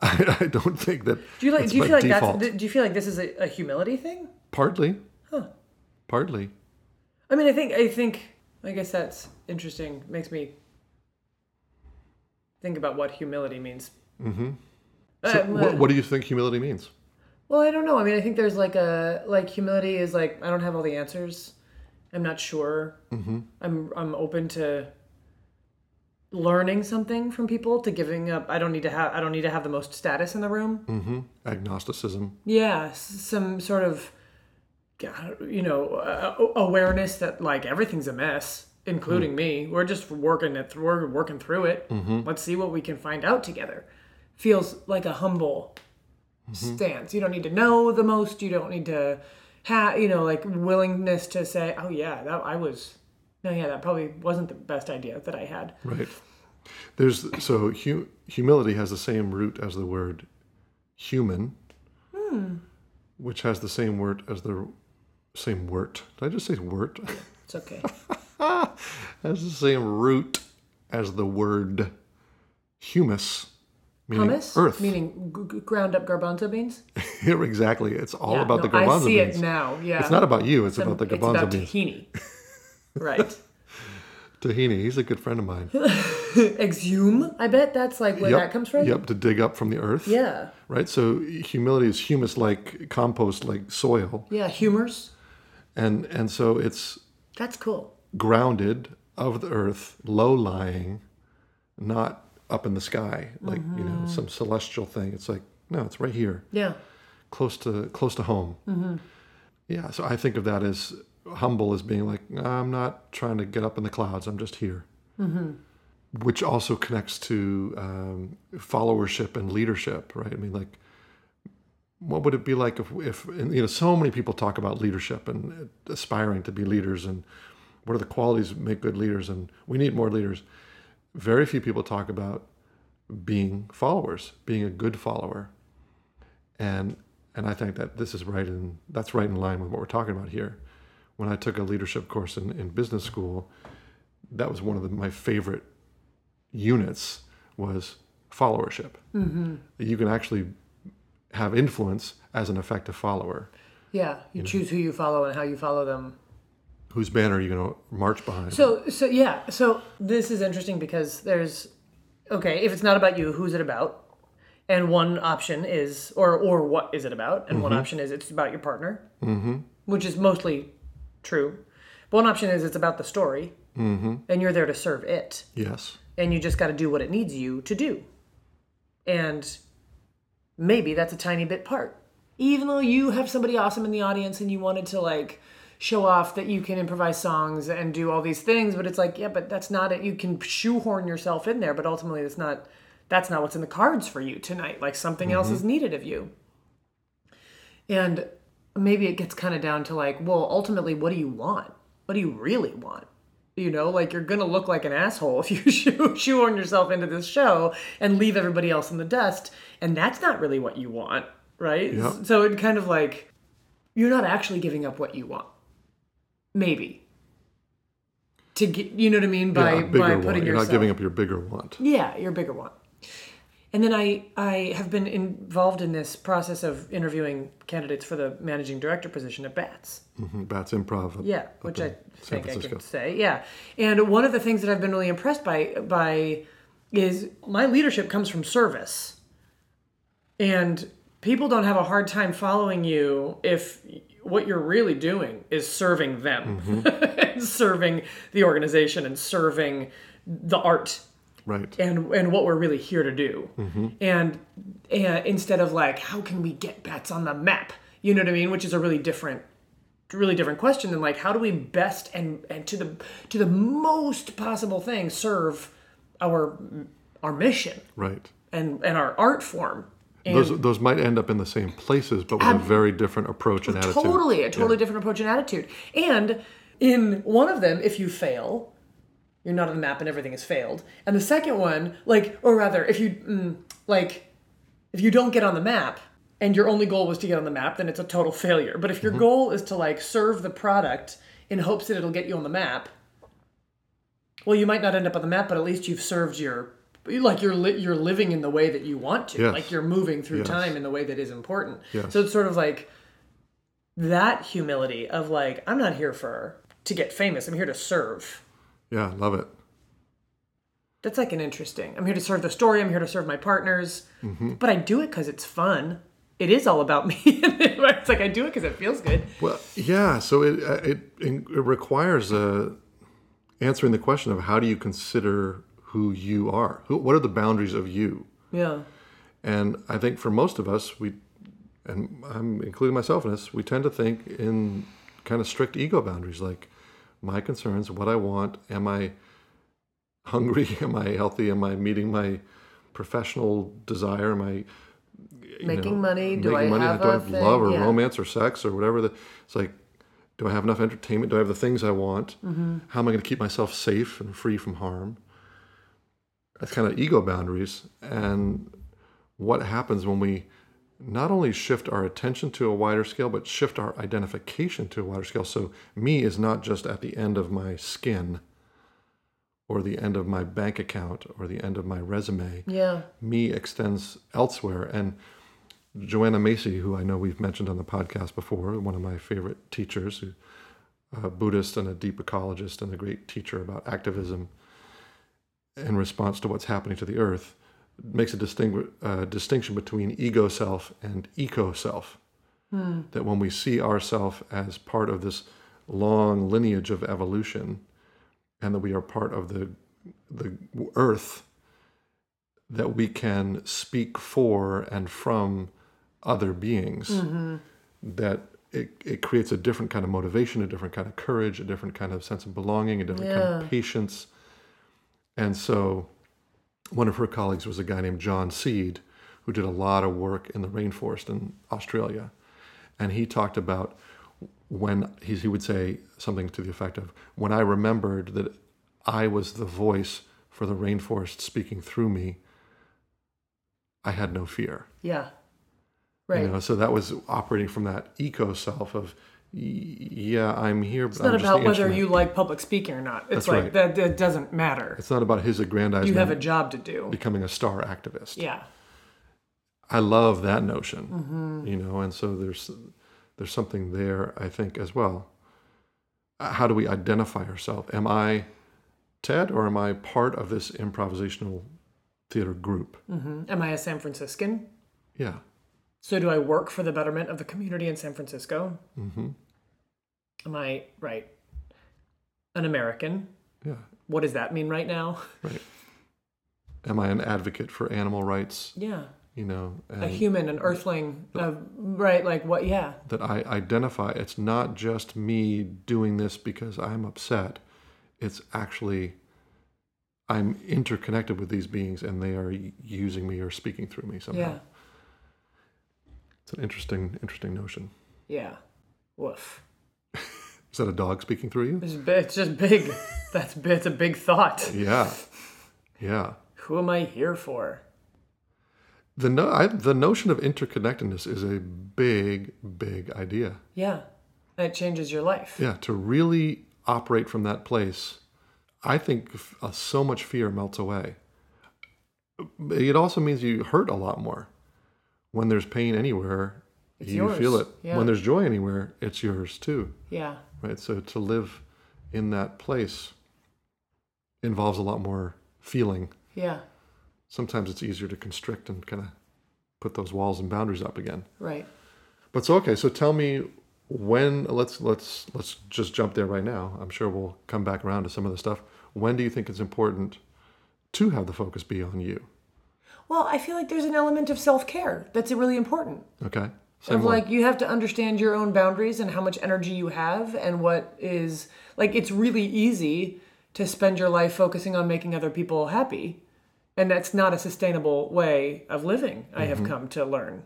[SPEAKER 2] I, I don't think that.
[SPEAKER 1] Do you like?
[SPEAKER 2] it's
[SPEAKER 1] Do you
[SPEAKER 2] by
[SPEAKER 1] feel like
[SPEAKER 2] default.
[SPEAKER 1] that's? Do you feel like this is a, a humility thing?
[SPEAKER 2] Partly. Partly.
[SPEAKER 1] I mean, I think I think I guess that's interesting. Makes me think about what humility means.
[SPEAKER 2] So
[SPEAKER 1] Mm-hmm.
[SPEAKER 2] what, what do you think humility means?
[SPEAKER 1] well, I don't know. I mean, I think there's like a like humility is like I don't have all the answers. I'm not sure. Mm-hmm. I'm I'm open to learning something from people to giving up. I don't need to have I don't need to have the most status in the room.
[SPEAKER 2] hmm Agnosticism.
[SPEAKER 1] Yeah, s- some sort of God, you know uh, awareness that like everything's a mess, including
[SPEAKER 2] Mm.
[SPEAKER 1] me. We're just working it. Through, we're working through it.
[SPEAKER 2] Mm-hmm.
[SPEAKER 1] Let's see what we can find out together. Feels like a humble
[SPEAKER 2] Mm-hmm.
[SPEAKER 1] stance. You don't need to know the most. You don't need to have you know like willingness to say, oh yeah, that I was. No, yeah, that probably wasn't the best idea that I had.
[SPEAKER 2] Right. There's so hu- humility has the same root as the word human,
[SPEAKER 1] Hmm.
[SPEAKER 2] which has the same word as the same word. Did I just say word?
[SPEAKER 1] It's okay.
[SPEAKER 2] (laughs) has the same root as the word humus, meaning
[SPEAKER 1] Hummus,
[SPEAKER 2] earth. (laughs)
[SPEAKER 1] meaning g- g- ground up garbanzo beans.
[SPEAKER 2] exactly. It's all
[SPEAKER 1] Yeah,
[SPEAKER 2] about
[SPEAKER 1] no,
[SPEAKER 2] the garbanzo
[SPEAKER 1] I see
[SPEAKER 2] beans.
[SPEAKER 1] it now. Yeah,
[SPEAKER 2] It's not about you. It's about the
[SPEAKER 1] it's
[SPEAKER 2] garbanzo
[SPEAKER 1] about
[SPEAKER 2] beans.
[SPEAKER 1] tahini. right.
[SPEAKER 2] Tahini. He's a good friend of mine.
[SPEAKER 1] Exhume. I bet that's like where that comes from.
[SPEAKER 2] Yep, to dig up from the earth.
[SPEAKER 1] Yeah.
[SPEAKER 2] Right. So humility is humus like compost like soil,
[SPEAKER 1] Yeah. Humors.
[SPEAKER 2] and and so it's
[SPEAKER 1] That's cool.
[SPEAKER 2] grounded of the earth, low lying, not up in the sky like you know
[SPEAKER 1] Mm-hmm.
[SPEAKER 2] some celestial thing. It's like no, it's right here,
[SPEAKER 1] Yeah.
[SPEAKER 2] close to close to home. Yeah. So I think of that as humble as being like I'm not trying to get up in the clouds. I'm just here. Which also connects to um, followership and leadership, right? I mean, like what would it be like if, if and, you know so many people talk about leadership and aspiring to be leaders and what are the qualities that make good leaders and we need more leaders very few people talk about being followers being a good follower and and i think that this is right in that's right in line with what we're talking about here when i took a leadership course in, in business school that was one of the, my favorite units was followership
[SPEAKER 1] Mm-hmm.
[SPEAKER 2] That you can actually have influence as an effective follower.
[SPEAKER 1] Yeah. You choose who you follow and how you follow them.
[SPEAKER 2] Whose banner are you going to march behind?
[SPEAKER 1] So so yeah. So this is interesting because there's okay if it's not about you, who's it about? And one option is or or what is it about? And one option is it's about your partner, mm-hmm. which is mostly true. But one option is it's about the story, mm-hmm. and you're there to serve it.
[SPEAKER 2] yes.
[SPEAKER 1] and you just got to do what it needs you to do. And maybe that's a tiny bit part. Even though you have somebody awesome in the audience and you wanted to like show off that you can improvise songs and do all these things, but it's like, yeah, but that's not it. You can shoehorn yourself in there, but ultimately it's not that's not what's in the cards for you tonight. Like something else is needed of you. And maybe it gets kind of down to like, well, ultimately what do you want? What do you really want? You know, like you're gonna look like an asshole (laughs) if you shoe- shoehorn yourself into this show and leave everybody else in the dust, and that's not really what you want, right?
[SPEAKER 2] Yeah.
[SPEAKER 1] So it kind of like you're not actually giving up what you want, maybe. To get, you know what I mean by
[SPEAKER 2] Yeah,
[SPEAKER 1] by
[SPEAKER 2] a bigger
[SPEAKER 1] putting
[SPEAKER 2] want. You're
[SPEAKER 1] yourself.
[SPEAKER 2] not giving up your bigger want.
[SPEAKER 1] Yeah, your bigger one. And then I I have been involved in this process of interviewing candidates for the managing director position at Bats.
[SPEAKER 2] hmm Bats improv.
[SPEAKER 1] Yeah, which I
[SPEAKER 2] in San
[SPEAKER 1] think I
[SPEAKER 2] Francisco.
[SPEAKER 1] could say. Yeah. And one of the things that I've been really impressed by by is my leadership comes from service. And people don't have a hard time following you if what you're really doing is serving them.
[SPEAKER 2] Mm-hmm.
[SPEAKER 1] and (laughs) serving the organization and serving the art
[SPEAKER 2] Right.
[SPEAKER 1] and and what we're really here to do and, and instead of like how can we get bats on the map you know what i mean which is a really different really different question than like how do we best and and to the to the most possible thing serve our our mission
[SPEAKER 2] Right.
[SPEAKER 1] and and our art form and
[SPEAKER 2] Those, those might end up in the same places, but with a very different approach and attitude.
[SPEAKER 1] Oh, totally a totally different approach and attitude and in one of them if you fail you're not on the map and everything has failed and the second one like or rather if you mm, like if you don't get on the map and your only goal was to get on the map then it's a total failure but if
[SPEAKER 2] Mm-hmm.
[SPEAKER 1] your goal is to like serve the product in hopes that it'll get you on the map well you might not end up on the map but at least you've served your but you- like you're li- you're living in the way that you want to.
[SPEAKER 2] Yes.
[SPEAKER 1] Like you're moving through
[SPEAKER 2] Yes.
[SPEAKER 1] time in the way that is important.
[SPEAKER 2] Yes.
[SPEAKER 1] So it's sort of like that humility of like I'm not here for to get famous. I'm here to serve.
[SPEAKER 2] Yeah, love it.
[SPEAKER 1] That's like an interesting. I'm here to serve the story. I'm here to serve my partners.
[SPEAKER 2] Mm-hmm.
[SPEAKER 1] But I do it because it's fun. It is all about (laughs) me. it's like I do it because it feels good.
[SPEAKER 2] Well, yeah. So it uh, it it requires uh answering the question of how do you consider who you are? Who, what are the boundaries of you?
[SPEAKER 1] Yeah.
[SPEAKER 2] And I think for most of us, we and I'm including myself in this, we tend to think in kind of strict ego boundaries, like my concerns, what I want, am I hungry, (laughs) am I healthy, am I meeting my professional desire, am I you
[SPEAKER 1] Making
[SPEAKER 2] know,
[SPEAKER 1] money, do I have
[SPEAKER 2] do I
[SPEAKER 1] a
[SPEAKER 2] have
[SPEAKER 1] thing?
[SPEAKER 2] love or
[SPEAKER 1] Yeah.
[SPEAKER 2] romance or sex or whatever? The, it's like, do I have enough entertainment? Do I have the things I want?
[SPEAKER 1] Mm-hmm.
[SPEAKER 2] How am I going to keep myself safe and free from harm? That's kind of ego boundaries. And what happens when we not only shift our attention to a wider scale, but shift our identification to a wider scale. So, me is not just at the end of my skin or the end of my bank account or the end of my resume
[SPEAKER 1] Yeah.
[SPEAKER 2] me extends elsewhere. And Joanna Macy, who I know we've mentioned on the podcast before, one of my favorite teachers, who- a Buddhist and a deep ecologist and a great teacher about activism in response to what's happening to the earth, makes a distingu- uh, distinction between ego self and eco self. That when we see ourself as part of this long lineage of evolution, and that we are part of the the earth that we can speak for and from other beings that it, it creates a different kind of motivation a different kind of courage a different kind of sense of belonging a different kind of patience and so one of her colleagues was a guy named john seed who did a lot of work in the rainforest in australia and he talked about when he, he would say something to the effect of when i remembered that i was the voice for the rainforest speaking through me i had no fear
[SPEAKER 1] Yeah. Right.
[SPEAKER 2] you know so that was operating from that eco self of y- yeah i'm here but
[SPEAKER 1] It's not
[SPEAKER 2] I'm just
[SPEAKER 1] about
[SPEAKER 2] the
[SPEAKER 1] whether
[SPEAKER 2] instrument."
[SPEAKER 1] you like public speaking or not. It's
[SPEAKER 2] That's
[SPEAKER 1] like
[SPEAKER 2] right.
[SPEAKER 1] that, that doesn't matter.
[SPEAKER 2] it's not about his aggrandizement
[SPEAKER 1] You have a job to do.
[SPEAKER 2] becoming a star activist
[SPEAKER 1] Yeah.
[SPEAKER 2] I love that notion, you know, and so there's there's something there, I think, as well. Uh, How do we identify ourselves? Am I Ted, or am I part of this improvisational theater group?
[SPEAKER 1] Mm-hmm. Am I a San Franciscan?
[SPEAKER 2] Yeah,
[SPEAKER 1] So do I work for the betterment of the community in San Francisco? Mm-hmm. Am I right? An American?
[SPEAKER 2] yeah,
[SPEAKER 1] What does that mean right now? (laughs)
[SPEAKER 2] right. Am I an advocate for animal rights?
[SPEAKER 1] Yeah.
[SPEAKER 2] You know,
[SPEAKER 1] A
[SPEAKER 2] and
[SPEAKER 1] human, an earthling, uh, right? Like what? Yeah.
[SPEAKER 2] that I identify. It's not just me doing this because I'm upset. It's actually I'm interconnected with these beings, and they are y- using me or speaking through me somehow.
[SPEAKER 1] Yeah.
[SPEAKER 2] It's an interesting, interesting notion.
[SPEAKER 1] Yeah. Woof.
[SPEAKER 2] Is that a dog speaking through
[SPEAKER 1] (laughs)
[SPEAKER 2] you?
[SPEAKER 1] It's, bi- it's just
[SPEAKER 2] (laughs)
[SPEAKER 1] big. That's bi- it's a big thought.
[SPEAKER 2] Yeah, yeah.
[SPEAKER 1] Who am I here for?
[SPEAKER 2] The no, I, the notion of interconnectedness is a big, big idea.
[SPEAKER 1] Yeah. That changes your life.
[SPEAKER 2] Yeah, to really operate from that place, I think f- uh, so much fear melts away. But It also means you hurt a lot more. When there's pain anywhere, you feel
[SPEAKER 1] yours.
[SPEAKER 2] it.
[SPEAKER 1] Yeah.
[SPEAKER 2] When there's joy anywhere, it's yours too.
[SPEAKER 1] Yeah.
[SPEAKER 2] right so to live in that place involves a lot more feeling
[SPEAKER 1] Yeah.
[SPEAKER 2] sometimes it's easier to constrict and kind of put those walls and boundaries up again
[SPEAKER 1] Right.
[SPEAKER 2] but so okay so tell me when let's let's let's just jump there right now i'm sure we'll come back around to some of the stuff when do you think it's important to have the focus be on you
[SPEAKER 1] Well, I feel like there's an element of self care that's really important.
[SPEAKER 2] okay
[SPEAKER 1] Of
[SPEAKER 2] Same one.
[SPEAKER 1] like you have to understand your own boundaries and how much energy you have and what is like it's really easy to spend your life focusing on making other people happy. And that's not a sustainable way of living, I have come to learn.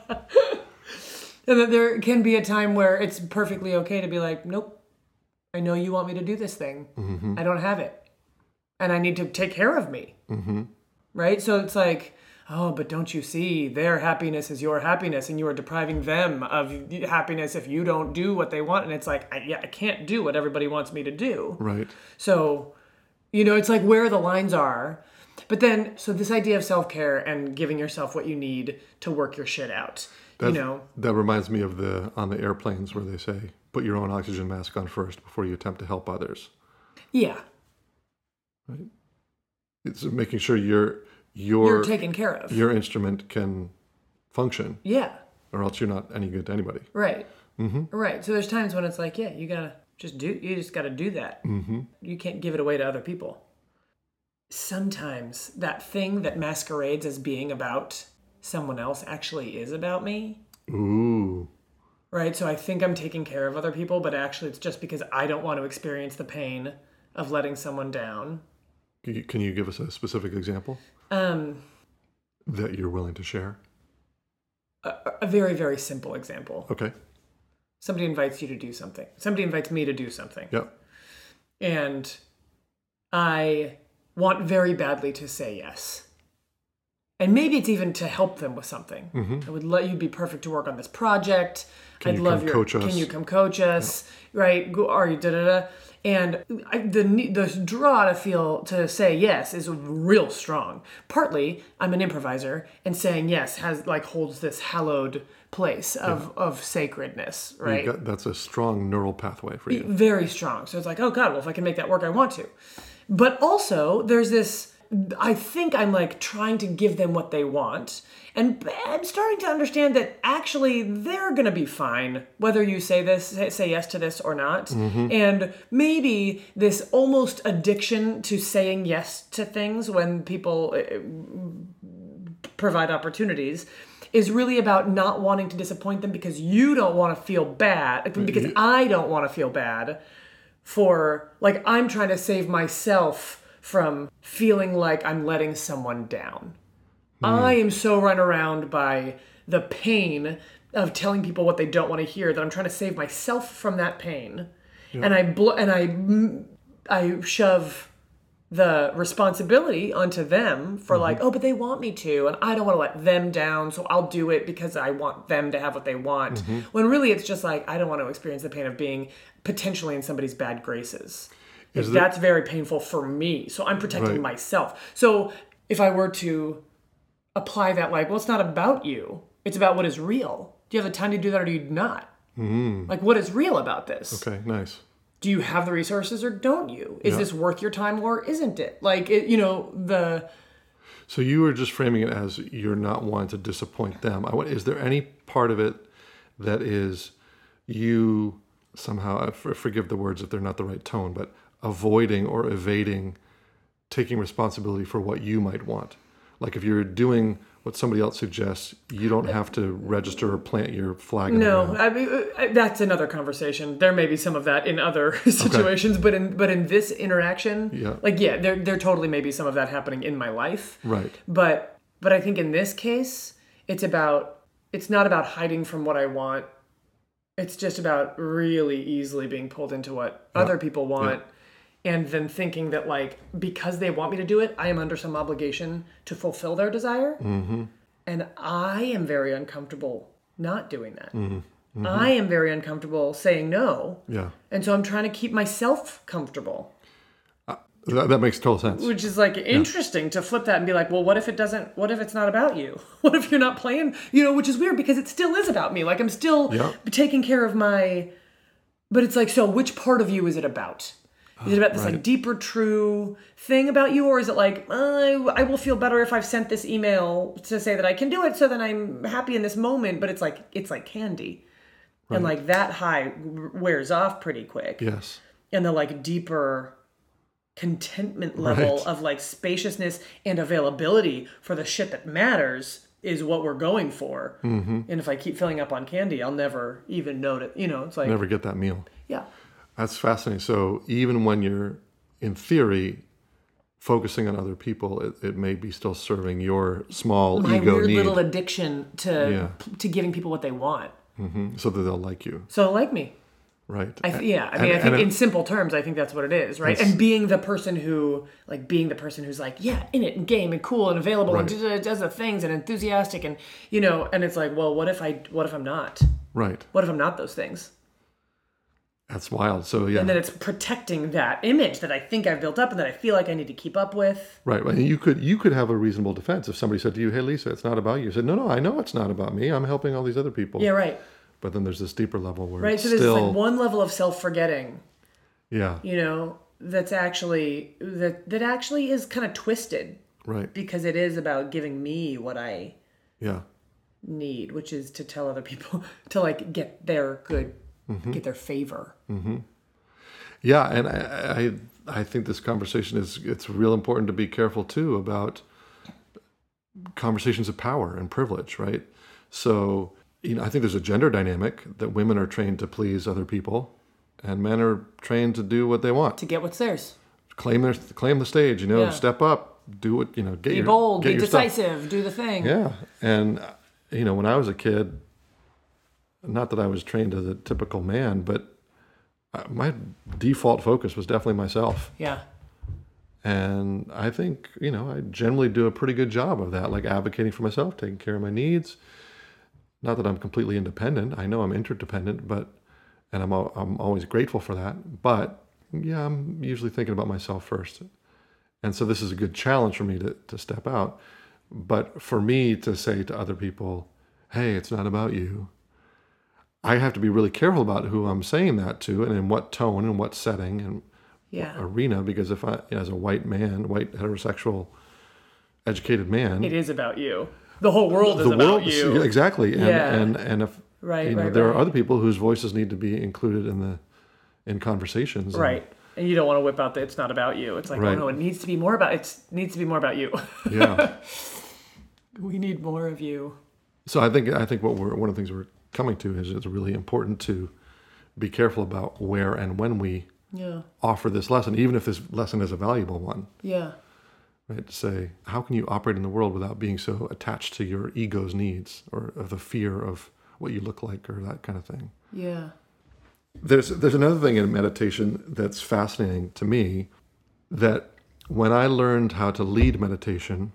[SPEAKER 1] (laughs) and that there can be a time where it's perfectly okay to be like, nope, I know you want me to do this thing. I don't have it. And I need to take care of me right? So it's like, oh, but don't you see their happiness is your happiness and you are depriving them of happiness if you don't do what they want. And it's like, I, yeah, I can't do what everybody wants me to do.
[SPEAKER 2] right
[SPEAKER 1] So You know, it's like where the lines are. But then, so this idea of self care and giving yourself what you need to work your shit out.
[SPEAKER 2] That,
[SPEAKER 1] you know,
[SPEAKER 2] that reminds me of the on the airplanes where they say put your own oxygen mask on first before you attempt to help others.
[SPEAKER 1] yeah,
[SPEAKER 2] It's making sure your
[SPEAKER 1] you're
[SPEAKER 2] your
[SPEAKER 1] taken care of.
[SPEAKER 2] your instrument can function,
[SPEAKER 1] yeah,
[SPEAKER 2] or else you're not any good to anybody.
[SPEAKER 1] right. Mm-hmm. Right. So there's times when it's like, yeah, you gotta just do. You just gotta do that.
[SPEAKER 2] Mm-hmm.
[SPEAKER 1] You can't give it away to other people. Sometimes that thing that masquerades as being about someone else actually is about me.
[SPEAKER 2] Ooh,
[SPEAKER 1] right? So I think I'm taking care of other people, but actually it's just because I don't want to experience the pain of letting someone down.
[SPEAKER 2] can you, can you give us a specific example
[SPEAKER 1] Um,
[SPEAKER 2] that you're willing to share?
[SPEAKER 1] a, a very, very simple example.
[SPEAKER 2] Okay.
[SPEAKER 1] Somebody invites you to do something. Somebody invites me to do something.
[SPEAKER 2] Yep.
[SPEAKER 1] And I want very badly to say yes. And maybe it's even to help them with something. I would let you be perfect to work on this project. I'd
[SPEAKER 2] Mm-hmm. you
[SPEAKER 1] love
[SPEAKER 2] come
[SPEAKER 1] your
[SPEAKER 2] coach
[SPEAKER 1] can
[SPEAKER 2] us?
[SPEAKER 1] you come coach us? Right? Go, are you da da da? And I, the ne- the draw to feel to say yes is real strong. Partly, I'm an improviser, and saying yes has like holds this hallowed place of of sacredness. Right?
[SPEAKER 2] You got, that's a strong neural pathway for you.
[SPEAKER 1] very strong. So it's like, oh God, well, if I can make that work, I want to. But also, there's this I think I'm like trying to give them what they want. And b- I'm starting to understand that actually they're going to be fine whether you say this, say say yes to this or not. And maybe this almost addiction to saying yes to things when people eh, provide opportunities is really about not wanting to disappoint them because you don't want to feel bad because I don't want to feel bad for like I'm trying to save myself from feeling like I'm letting someone down. I am so run around by the pain of telling people what they don't want to hear that I'm trying to save myself from that pain. And I bl- and I mm, I shove the responsibility onto them for
[SPEAKER 2] Mm-hmm.
[SPEAKER 1] like, oh, but they want me to, and I don't want to let them down, so I'll do it because I want them to have what they want.
[SPEAKER 2] Mm-hmm.
[SPEAKER 1] When really it's just like I don't want to experience the pain of being potentially in somebody's bad graces. Like,
[SPEAKER 2] there-
[SPEAKER 1] that's very painful for me, so I'm protecting
[SPEAKER 2] Right.
[SPEAKER 1] myself. So if I were to apply that, like, well, it's not about you; it's about what is real. Do you have the time to do that, or do you not?
[SPEAKER 2] Mm-hmm.
[SPEAKER 1] Like, what is real about this?
[SPEAKER 2] Okay. Nice.
[SPEAKER 1] do you have the resources or don't you? Is this worth your time or isn't it? Like, it, you know, the
[SPEAKER 2] So you were just framing it as you're not wanting to disappoint them. I, wa- is there any part of it that is you somehow, I for- forgive the words if they're not the right tone, but avoiding or evading taking responsibility for what you might want? Like if you're doing what somebody else suggests, you don't have to register or plant your flag. in the
[SPEAKER 1] no,
[SPEAKER 2] ground.
[SPEAKER 1] I mean, uh, that's another conversation. There may be some of that in other (laughs) situations, but in but in this interaction,
[SPEAKER 2] Yeah.
[SPEAKER 1] like yeah, there there totally may be some of that happening in my life.
[SPEAKER 2] Right.
[SPEAKER 1] But but I think in this case, it's about it's not about hiding from what I want. It's just about really easily being pulled into what other people want and then thinking that like because they want me to do it, I am under some obligation to fulfill their desire. And I am very uncomfortable not doing that. I am very uncomfortable saying no.
[SPEAKER 2] Yeah.
[SPEAKER 1] And so I'm trying to keep myself comfortable
[SPEAKER 2] That, that makes total sense.
[SPEAKER 1] which is like interesting to flip that and be like well what if it doesn't what if it's not about you (laughs) what if you're not playing you know which is weird because it still is about me like i'm still
[SPEAKER 2] Yeah.
[SPEAKER 1] taking care of my but it's like so which part of you is it about is it about this like deeper true thing about you or is it like I, I will feel better if i've sent this email to say that i can do it so then i'm happy in this moment but it's like it's like candy and like that high wears off pretty quick
[SPEAKER 2] Yes.
[SPEAKER 1] and the like deeper contentment level
[SPEAKER 2] Right.
[SPEAKER 1] of like spaciousness and availability for the shit that matters is what we're going for. Mm-hmm. And if I keep filling up on candy, I'll never even notice. You know, it's like
[SPEAKER 2] Never get that meal.
[SPEAKER 1] yeah,
[SPEAKER 2] That's fascinating. So even when you're, in theory, focusing on other people, it, it may be still serving your small
[SPEAKER 1] my
[SPEAKER 2] ego
[SPEAKER 1] weird
[SPEAKER 2] need,
[SPEAKER 1] little addiction to
[SPEAKER 2] Yeah.
[SPEAKER 1] to giving people what they want.
[SPEAKER 2] Mm-hmm. so that they'll like you,
[SPEAKER 1] So they like me.
[SPEAKER 2] right?
[SPEAKER 1] I th- yeah, I mean,
[SPEAKER 2] And-
[SPEAKER 1] I think
[SPEAKER 2] and-
[SPEAKER 1] in simple terms, I think that's what it is, right?
[SPEAKER 2] It's-
[SPEAKER 1] And being the person who, like, being the person who's like, yeah, in it and game and cool and available and
[SPEAKER 2] Right.
[SPEAKER 1] does- does the things and enthusiastic and you know, and it's like, well, what if I, what if I'm not?
[SPEAKER 2] right.
[SPEAKER 1] What if I'm not those things?
[SPEAKER 2] That's wild. So yeah,
[SPEAKER 1] and then it's protecting that image that I think I've built up and that I feel like I need to keep up with.
[SPEAKER 2] right. Well, you could you could have a reasonable defense if somebody said to you, "Hey, Lisa, it's not about you." You said, "No, no, I know it's not about me. I'm helping all these other people."
[SPEAKER 1] Yeah, right.
[SPEAKER 2] But then there's this deeper level where
[SPEAKER 1] Right.
[SPEAKER 2] it's
[SPEAKER 1] So there's
[SPEAKER 2] still
[SPEAKER 1] like one level of self forgetting,
[SPEAKER 2] yeah,
[SPEAKER 1] you know, that's actually that that actually is kind of twisted
[SPEAKER 2] right,
[SPEAKER 1] because it is about giving me what I
[SPEAKER 2] yeah,
[SPEAKER 1] need, which is to tell other people (laughs) to like get their good,
[SPEAKER 2] Mm-hmm.
[SPEAKER 1] get their favor.
[SPEAKER 2] yeah. And I I I think this conversation is it's real important to be careful too about conversations of power and privilege, right? So you know, I think there's a gender dynamic that women are trained to please other people, and men are trained to do what they want.
[SPEAKER 1] to get what's theirs.
[SPEAKER 2] claim their claim the stage. You know,
[SPEAKER 1] Yeah.
[SPEAKER 2] step up, do what you know, get
[SPEAKER 1] Be
[SPEAKER 2] your
[SPEAKER 1] bold,
[SPEAKER 2] get
[SPEAKER 1] be
[SPEAKER 2] your stuff.
[SPEAKER 1] decisive, do the thing.
[SPEAKER 2] Yeah, and uh, you know, when I was a kid, not that I was trained as a typical man, but uh, my default focus was definitely myself,
[SPEAKER 1] Yeah.
[SPEAKER 2] and I think you know I generally do a pretty good job of that, like advocating for myself, taking care of my needs. Not that I'm completely independent. I know I'm interdependent, but and I'm al- I'm always grateful for that. But yeah, I'm usually thinking about myself first. And so this is a good challenge for me to, to step out. But for me to say to other people, hey, it's not about you, I have to be really careful about who I'm saying that to and in what tone and what setting and
[SPEAKER 1] Yeah.
[SPEAKER 2] arena. Because if I, as a white man, white heterosexual, educated man,
[SPEAKER 1] It is about you. The whole world is
[SPEAKER 2] the
[SPEAKER 1] about
[SPEAKER 2] world
[SPEAKER 1] you.
[SPEAKER 2] exactly. And,
[SPEAKER 1] Yeah.
[SPEAKER 2] and, and if,
[SPEAKER 1] Right,
[SPEAKER 2] you know,
[SPEAKER 1] right,
[SPEAKER 2] there are
[SPEAKER 1] right.
[SPEAKER 2] other people whose voices need to be included in the, in conversations. and-
[SPEAKER 1] Right. And you don't want to whip out the it's not about you. It's like, oh
[SPEAKER 2] Right.
[SPEAKER 1] no, it needs to be more about it needs to be more about you. (laughs)
[SPEAKER 2] yeah.
[SPEAKER 1] we need more of you.
[SPEAKER 2] So I think I think what we're one of the things we're coming to is it's really important to be careful about where and when we
[SPEAKER 1] Yeah.
[SPEAKER 2] offer this lesson, even if this lesson is a valuable one.
[SPEAKER 1] Yeah.
[SPEAKER 2] Right? To say, how can you operate in the world without being so attached to your ego's needs or of the fear of what you look like or that kind of thing?
[SPEAKER 1] Yeah.
[SPEAKER 2] there's there's another thing in meditation that's fascinating to me that when I learned how to lead meditation,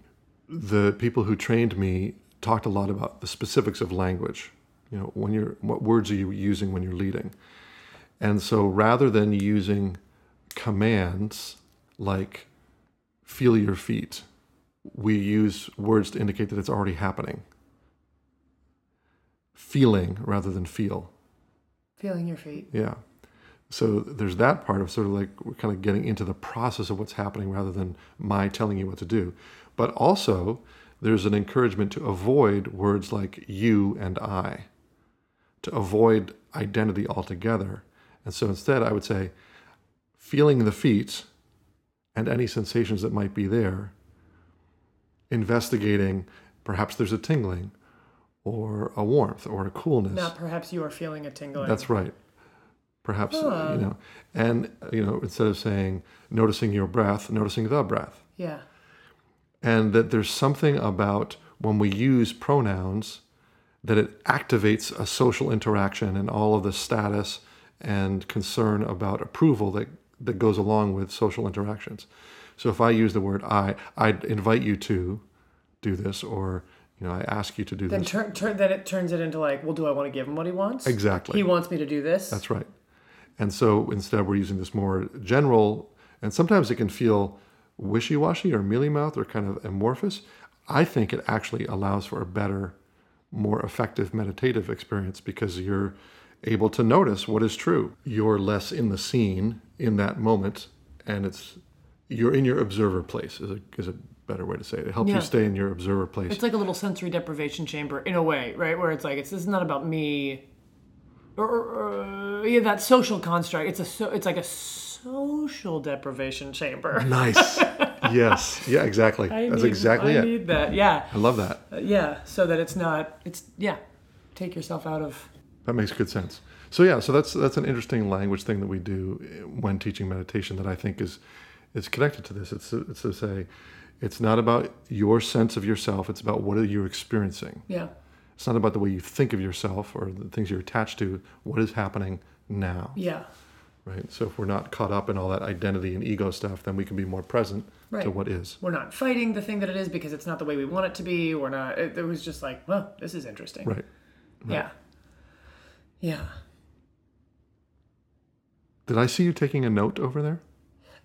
[SPEAKER 2] the people who trained me talked a lot about the specifics of language. You know, when you're what words are you using when you're leading? And so rather than using commands like feel your feet, we use words to indicate that it's already happening. Feeling rather than feel.
[SPEAKER 1] Feeling your feet.
[SPEAKER 2] Yeah. So there's that part of sort of like we're kind of getting into the process of what's happening rather than my telling you what to do. But also, there's an encouragement to avoid words like you and I, to avoid identity altogether. And so instead, I would say feeling the feet and any sensations that might be there, investigating perhaps there's a tingling or a warmth or a coolness.
[SPEAKER 1] Now perhaps you are feeling a tingling.
[SPEAKER 2] That's right. Perhaps you know, and you know, instead of saying noticing your breath, noticing the breath,
[SPEAKER 1] yeah.
[SPEAKER 2] and that there's something about when we use pronouns that it activates a social interaction and all of the status and concern about approval that that goes along with social interactions. So if I use the word I, I'd invite you to do this, or you know, I ask you to do
[SPEAKER 1] Then
[SPEAKER 2] this.
[SPEAKER 1] turn turn then it turns it into like, well, do I want to give him what he wants?
[SPEAKER 2] Exactly.
[SPEAKER 1] He wants me to do this.
[SPEAKER 2] That's right. And so instead, we're using this more general, and sometimes it can feel wishy washy or mealy mouthed or kind of amorphous. I think it actually allows for a better, more effective meditative experience because you're able to notice what is true. You're less in the scene in that moment, and it's you're in your observer place is a, is a better way to say it. It helps
[SPEAKER 1] Yeah.
[SPEAKER 2] you stay in your observer place.
[SPEAKER 1] It's like a little sensory deprivation chamber in a way, right? Where it's like it's this is not about me, or, or- or- yeah, that social construct. It's a so, it's like a social deprivation chamber. (laughs)
[SPEAKER 2] nice. yes. Yeah. Exactly.
[SPEAKER 1] I
[SPEAKER 2] That's
[SPEAKER 1] need-
[SPEAKER 2] exactly
[SPEAKER 1] I
[SPEAKER 2] it.
[SPEAKER 1] need that. Yeah, Uh,
[SPEAKER 2] I love that.
[SPEAKER 1] yeah. So that it's not. It's yeah. Take yourself out of.
[SPEAKER 2] That makes good sense. So yeah, so that's that's an interesting language thing that we do eh, when teaching meditation that I think is is connected to this. It's it's to say it's not about your sense of yourself, it's about what are you experiencing.
[SPEAKER 1] Yeah.
[SPEAKER 2] It's not about the way you think of yourself or the things you're attached to, what is happening now,
[SPEAKER 1] Yeah.
[SPEAKER 2] right? So if we're not caught up in all that identity and ego stuff, then we can be more present
[SPEAKER 1] Right.
[SPEAKER 2] to what is.
[SPEAKER 1] We're not fighting the thing that it is because it's not the way we want it to be. We're not. It, it was just like, well, this is interesting.
[SPEAKER 2] Right.
[SPEAKER 1] Yeah. Yeah.
[SPEAKER 2] Did I see you taking a note over there?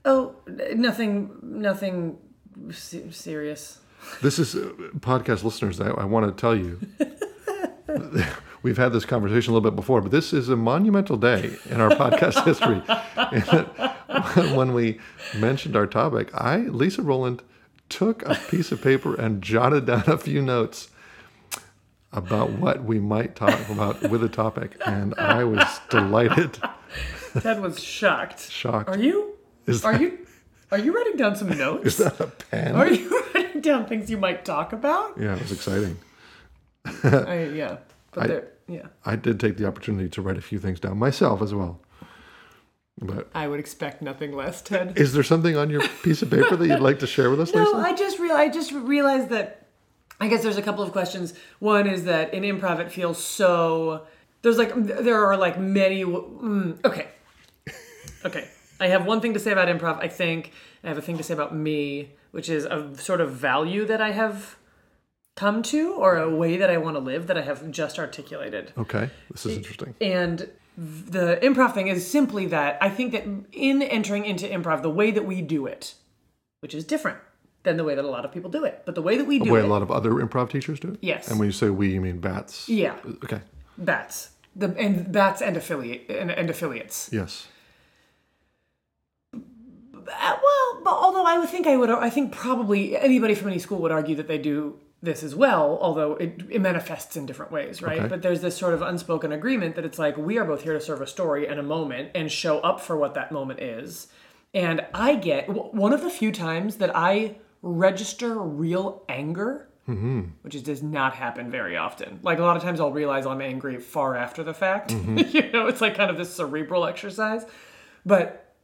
[SPEAKER 1] Oh, nothing, nothing se- serious.
[SPEAKER 2] This is uh, podcast listeners. I, I want to tell
[SPEAKER 1] (laughs)
[SPEAKER 2] you. We've had this conversation a little bit before, but this is a monumental day in our podcast history. (laughs) And when we mentioned our topic, I Lisa Roland took a piece of paper and jotted down a few notes about what we might talk about with a topic, and I was delighted,
[SPEAKER 1] Ted was shocked.
[SPEAKER 2] shocked.
[SPEAKER 1] Are you?
[SPEAKER 2] Is
[SPEAKER 1] are you? Are you writing down some notes?
[SPEAKER 2] Is that a pen?
[SPEAKER 1] are you (laughs) writing down things you might talk about?
[SPEAKER 2] yeah, it was exciting.
[SPEAKER 1] I, yeah, but there, yeah,
[SPEAKER 2] I did take the opportunity to write a few things down myself as well. But
[SPEAKER 1] I would expect nothing less, Ted.
[SPEAKER 2] is there something on your piece of paper that you'd like to share with us,
[SPEAKER 1] (laughs) No,
[SPEAKER 2] Lisa?
[SPEAKER 1] I just real I just realized that I guess there's a couple of questions. One is that in improv it feels so there's like there are like many mm, okay. Okay. I have one thing to say about improv, I think. I have a thing to say about me, which is a sort of value that I have come to or a way that I want to live that I have just articulated.
[SPEAKER 2] Okay, this is interesting.
[SPEAKER 1] And the improv thing is simply that I think that in entering into improv, the way that we do it, which is different than the way that a lot of people do it, but the way that we do
[SPEAKER 2] Wait,
[SPEAKER 1] it,
[SPEAKER 2] a lot of other improv teachers do it?
[SPEAKER 1] Yes.
[SPEAKER 2] And when you say we, you mean bats?
[SPEAKER 1] yeah,
[SPEAKER 2] Okay,
[SPEAKER 1] bats, the and bats and affiliate and, and affiliates.
[SPEAKER 2] yes.
[SPEAKER 1] Uh, well, but although I would think I would, I think probably anybody from any school would argue that they do this as well, although it, it manifests in different ways, right?
[SPEAKER 2] Okay.
[SPEAKER 1] But there's this sort of unspoken agreement that it's like we are both here to serve a story and a moment and show up for what that moment is. And I get w- one of the few times that I register real anger. Which is, does not happen very often. Like a lot of times, I'll realize I'm angry far after the fact. (laughs) you know, it's like kind of this cerebral exercise. But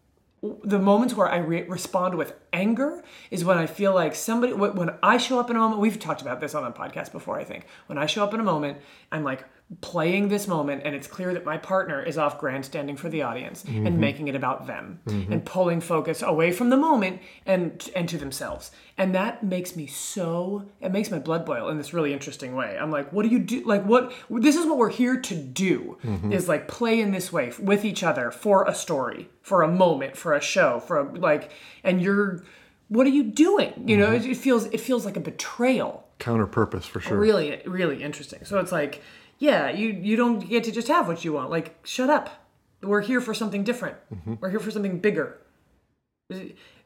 [SPEAKER 1] the moments where I re- respond with anger is when I feel like somebody, wh- when I show up in a moment, we've talked about this on the podcast before, I think. When I show up in a moment, I'm like playing this moment, and it's clear that my partner is off grandstanding for the audience and making it about them and pulling focus away from the moment and and to themselves. And that makes me so, it makes my blood boil in this really interesting way. I'm like, what do you do? Like, what, this is what we're here to do is like play in this way with each other for a story for a moment for a show for a, like and you're what are you doing you know it, it feels it feels like a betrayal
[SPEAKER 2] Counter purpose for sure.
[SPEAKER 1] really really interesting so it's like yeah you you don't get to just have what you want like shut up we're here for something different we're here for something bigger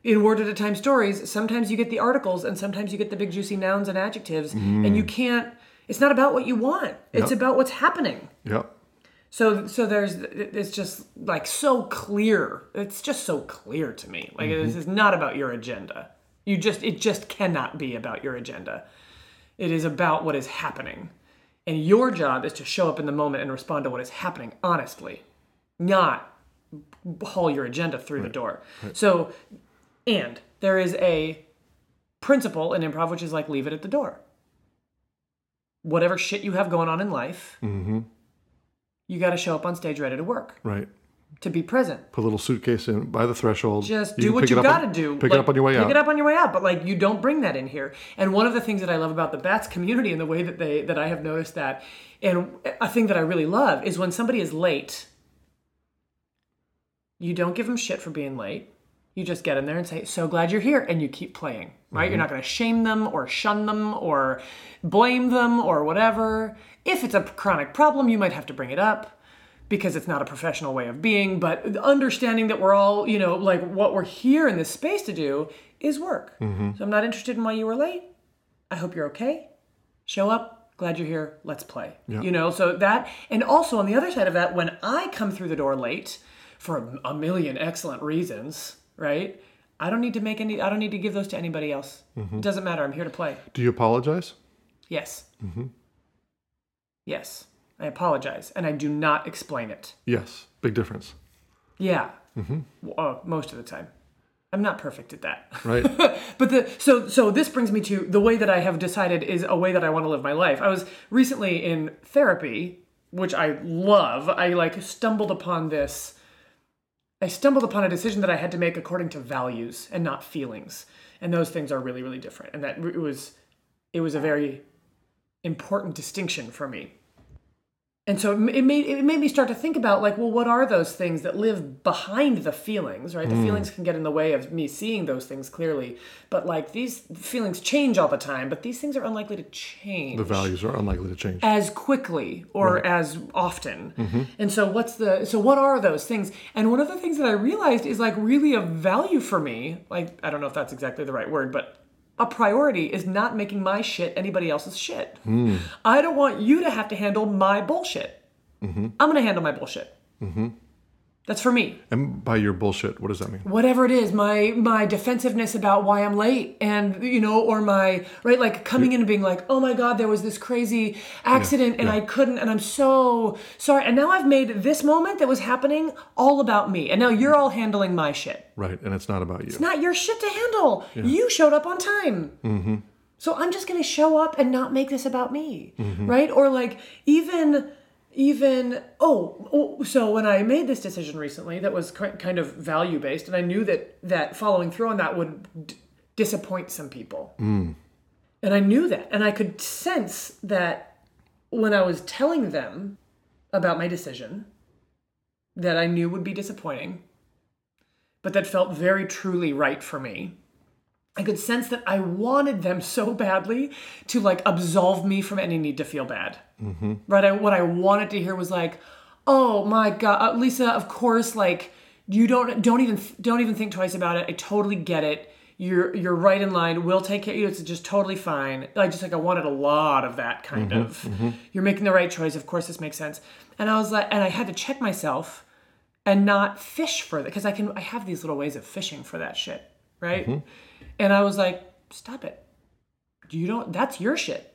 [SPEAKER 1] in word at a time stories sometimes you get the articles and sometimes you get the big juicy nouns and adjectives and you can't it's not about what you want it's about what's happening
[SPEAKER 2] Yep.
[SPEAKER 1] so so there's it's just like so clear. It's just so clear to me. Like this is not about your agenda. You just it just cannot be about your agenda. It is about what is happening. And your job is to show up in the moment and respond to what is happening honestly, not haul your agenda through the door. So and there is a principle in improv which is like leave it at the door. Whatever shit you have going on in life, you got to show up on stage ready to work,
[SPEAKER 2] Right.
[SPEAKER 1] to be present.
[SPEAKER 2] Put a little suitcase in by the threshold.
[SPEAKER 1] Just
[SPEAKER 2] can
[SPEAKER 1] do what
[SPEAKER 2] pick
[SPEAKER 1] you
[SPEAKER 2] it up on-
[SPEAKER 1] got to do.
[SPEAKER 2] Pick it
[SPEAKER 1] Like,
[SPEAKER 2] up on your way
[SPEAKER 1] pick
[SPEAKER 2] out.
[SPEAKER 1] it up on your way out, but like you don't bring that in here. And one of the things that I love about the bats community and the way that they that I have noticed that, and a thing that I really love is when somebody is late. You don't give them shit for being late. You just get in there and say, "So glad you're here," and you keep playing. Right?
[SPEAKER 2] Mm-hmm.
[SPEAKER 1] You're not going to shame them or shun them or blame them or whatever. If it's a chronic problem, you might have to bring it up because it's not a professional way of being, but understanding that we're all, you know, like what we're here in this space to do is work. So I'm not interested in why you were late. I hope you're okay. Show up. Glad you're here. Let's play. You know, so that, and also on the other side of that, when I come through the door late for a- a million excellent reasons, right? I don't need to make any, I don't need to give those to anybody else. It doesn't matter. I'm here to play.
[SPEAKER 2] Do you apologize?
[SPEAKER 1] Yes. Yes. I apologize. And I do not explain it.
[SPEAKER 2] Yes. Big difference.
[SPEAKER 1] Yeah. W- Uh, most of the time. I'm not perfect at that.
[SPEAKER 2] Right.
[SPEAKER 1] (laughs) But the so so this brings me to the way that I have decided is a way that I want to live my life. I was recently in therapy, which I love. I like stumbled upon this I stumbled upon a decision that I had to make according to values and not feelings. And those things are really really different. And that it was it was a very important distinction for me. and so it ma- it made it made me start to think about like well what are those things that live behind the feelings right the feelings can get in the way of me seeing those things clearly but like these feelings change all the time but these things are unlikely to change
[SPEAKER 2] The values are unlikely to change.
[SPEAKER 1] as quickly or as often. And so what's the so what are those things? And one of the things that I realized is like really a value for me, like I don't know if that's exactly the right word, but a priority is not making my shit anybody else's shit. I don't want you to have to handle my bullshit. I'm going to handle my bullshit. That's for me
[SPEAKER 2] And by your bullshit, what does that mean?
[SPEAKER 1] whatever it is my my defensiveness about why i'm late and you know or my right like coming in and being like oh my god there was this crazy accident and i couldn't and i'm so sorry and now i've made this moment that was happening all about me and now you're all handling my shit
[SPEAKER 2] Right, and it's not about you.
[SPEAKER 1] not your shit to handle you showed up on time so i'm just gonna show up and not make this about me right or like even even oh, oh, so when i made this decision recently that was ki- kind of value based and i knew that that following through on that would d- disappoint some people and i knew that and i could sense that when i was telling them about my decision that i knew would be disappointing but that felt very truly right for me I could sense that I wanted them so badly to like absolve me from any need to feel bad. Right? I, what I wanted to hear was like, "Oh my god, uh, Lisa, of course, like you don't don't even don't even think twice about it. I totally get it. You're you're right in line. We'll take care. of you. It's just totally fine." Like just like I wanted a lot of that kind of. You're making the right choice. Of course, this makes sense. And I was like, and I had to check myself and not fish for that because I can I have these little ways of fishing for that shit, right? And I was like, stop it. You don't. That's your shit.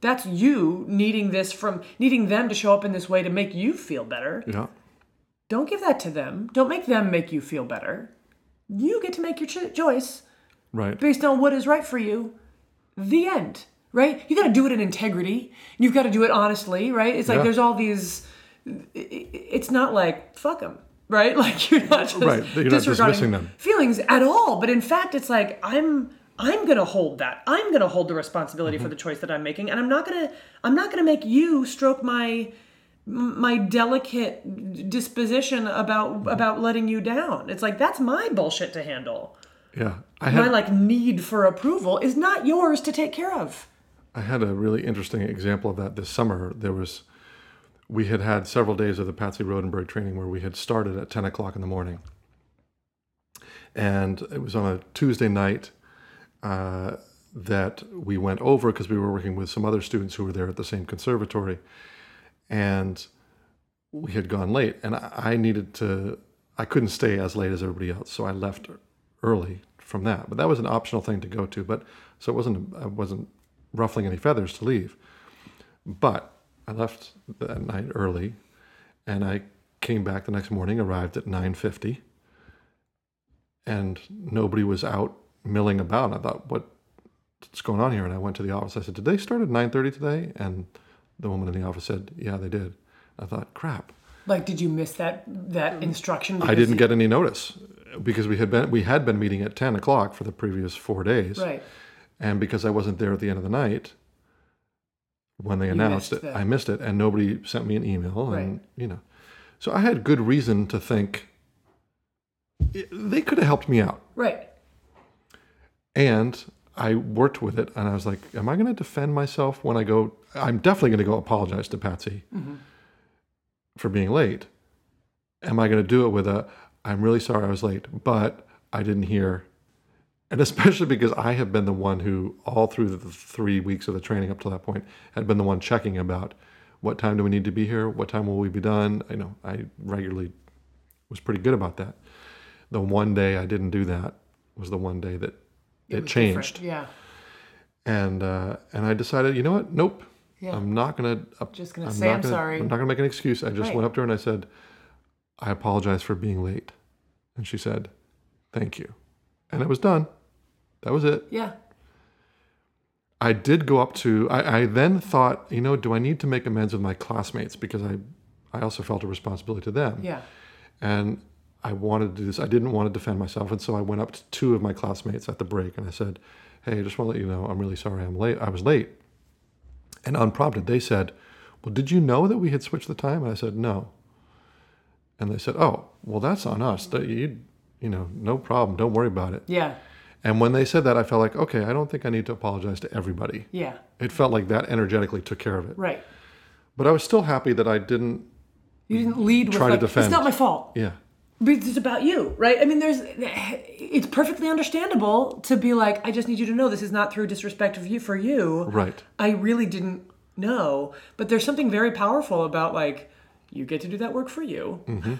[SPEAKER 1] That's you needing this from needing them to show up in this way to make you feel better.
[SPEAKER 2] Yeah.
[SPEAKER 1] Don't give that to them. Don't make them make you feel better. You get to make your cho- choice
[SPEAKER 2] Right.
[SPEAKER 1] based on what is right for you. The end, right? You got to do it in integrity. You've got to do it honestly, right? It's like
[SPEAKER 2] Yeah.
[SPEAKER 1] there's all these. i- i- It's not like fuck them, right? (laughs) Like you're not just
[SPEAKER 2] Right, you're not
[SPEAKER 1] disregarding
[SPEAKER 2] dismissing them.
[SPEAKER 1] feelings at all. But in fact, it's like I'm I'm gonna hold that. I'm gonna hold the responsibility
[SPEAKER 2] Mm-hmm.
[SPEAKER 1] for the choice that I'm making, and I'm not gonna I'm not gonna make you stroke my m- my delicate disposition about about letting you down. It's like that's my bullshit to handle
[SPEAKER 2] Yeah. I
[SPEAKER 1] my
[SPEAKER 2] had
[SPEAKER 1] like need for approval is not yours to take care of.
[SPEAKER 2] I had a really interesting example of that this summer. There was we had had several days of the Patsy Rodenberg training where we had started at ten o'clock in the morning, and it was on a Tuesday night uh, that we went over because we were working with some other students who were there at the same conservatory, and we had gone late, and I, I needed to. I couldn't stay as late as everybody else, so I left early from that. But that was an optional thing to go to, but so it wasn't. I wasn't ruffling any feathers to leave. But I left that night early, and I came back the next morning. Arrived at nine fifty, and nobody was out milling about. I thought, what what's going on here? And I went to the office. I said, did they start at 9.30 today? And the woman in the office said, yeah, they did. I thought, crap.
[SPEAKER 1] Like, did you miss that that instruction?
[SPEAKER 2] I didn't get any notice because we had been, we had been meeting at 10 o'clock for the previous four days.
[SPEAKER 1] Right.
[SPEAKER 2] And because I wasn't there at the end of the night, when they announced
[SPEAKER 1] missed
[SPEAKER 2] it,
[SPEAKER 1] the-
[SPEAKER 2] I missed it, and nobody sent me an email, and
[SPEAKER 1] Right.
[SPEAKER 2] you know, so I had good reason to think "I- they could have helped me out.
[SPEAKER 1] Right.
[SPEAKER 2] And I worked with it, and I was like, "Am I going to defend myself when I go? I'm definitely going to go apologize to Patsy for being late. Am I going to do it with a? I'm really sorry I was late, but I didn't hear." And especially because I have been the one who, all through the three weeks of the training up to that point, had been the one checking about what time do we need to be here, what time will we be done. You know, I regularly was pretty good about that. The one day I didn't do that was the one day that it,
[SPEAKER 1] was
[SPEAKER 2] changed
[SPEAKER 1] different. Yeah.
[SPEAKER 2] and uh, and I decided, you know what? Nope.
[SPEAKER 1] Yeah.
[SPEAKER 2] I'm not gonna. uh, I'm
[SPEAKER 1] Just gonna say,
[SPEAKER 2] not
[SPEAKER 1] "I'm
[SPEAKER 2] gonna-
[SPEAKER 1] sorry."
[SPEAKER 2] I'm not gonna make an excuse. I just
[SPEAKER 1] Right.
[SPEAKER 2] went up to her and I said, I apologize for being late, and she said, thank you, and it was done. That was it.
[SPEAKER 1] Yeah.
[SPEAKER 2] I did go up to. I, I then thought, you know, do I need to make amends with my classmates because I, I also felt a responsibility to them
[SPEAKER 1] Yeah.
[SPEAKER 2] and I wanted to do this. I didn't want to defend myself, and so I went up to two of my classmates at the break, and I said, "Hey, I just want to let you know I'm really sorry I'm late. I was late." And unprompted, they said, Well, did you know that we had switched the time? And I said, No. And they said, Oh, well, that's on us. That you, you know, no problem. Don't worry about it.
[SPEAKER 1] Yeah.
[SPEAKER 2] And when they said that, I felt like, okay, I don't think I need to apologize to everybody.
[SPEAKER 1] Yeah.
[SPEAKER 2] It felt like that energetically took care of it.
[SPEAKER 1] Right.
[SPEAKER 2] But I was still happy that I didn't.
[SPEAKER 1] You didn't lead with
[SPEAKER 2] Mm. Try to
[SPEAKER 1] like,
[SPEAKER 2] defend.
[SPEAKER 1] it's not my fault.
[SPEAKER 2] Yeah.
[SPEAKER 1] But it's about you, right? I mean, there's, it's perfectly understandable to be like, I just need you to know this is not through disrespect of you for you.
[SPEAKER 2] Right.
[SPEAKER 1] I really didn't know, but there's something very powerful about like, you get to do that work for you. (laughs)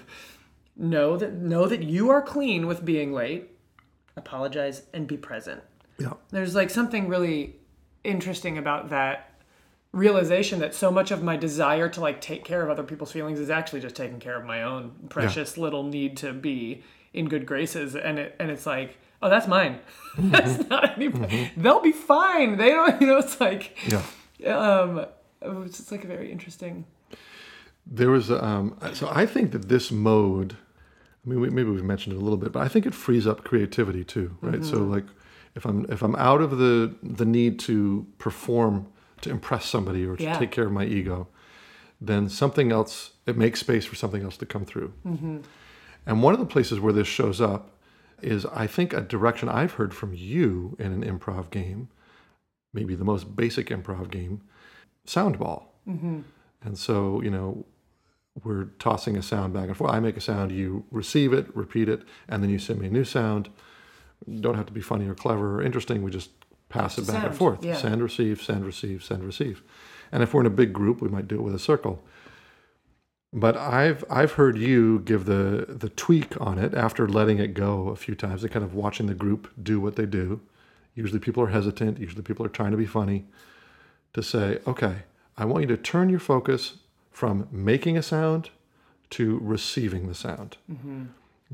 [SPEAKER 1] know that know that you are clean with being late. Apologize and be present.
[SPEAKER 2] Yeah.
[SPEAKER 1] There's like something really interesting about that realization that so much of my desire to like take care of other people's feelings is actually just taking care of my own precious little need to be in good graces and it and it's like oh that's mine (laughs) that's not anybody they'll be fine they don't (laughs) you know it's like
[SPEAKER 2] Yeah.
[SPEAKER 1] um it's just like a very interesting
[SPEAKER 2] There was, um, so I think that this mode, I mean, we, maybe we've mentioned it a little bit, but I think it frees up creativity too, right? So like, if I'm if I'm out of the the need to perform to impress somebody or to
[SPEAKER 1] Yeah.
[SPEAKER 2] take care of my ego, then something else it makes space for something else to come through. And one of the places where this shows up is I think a direction I've heard from you in an improv game, maybe the most basic improv game, soundball.
[SPEAKER 1] Mm-hmm.
[SPEAKER 2] And so, you know, we're tossing a sound back and forth. I make a sound, you receive it, repeat it, and then you send me a new sound. Don't have to be funny or clever or interesting. We just pass it back and
[SPEAKER 1] Sound,
[SPEAKER 2] forth.
[SPEAKER 1] yeah.
[SPEAKER 2] Send, receive, send, receive, send, receive. And if we're in a big group, we might do it with a circle. But I've I've heard you give the the tweak on it after letting it go a few times and kind of watching the group do what they do. Usually people are hesitant, usually people are trying to be funny to say, okay, I want you to turn your focus from making a sound to receiving the sound.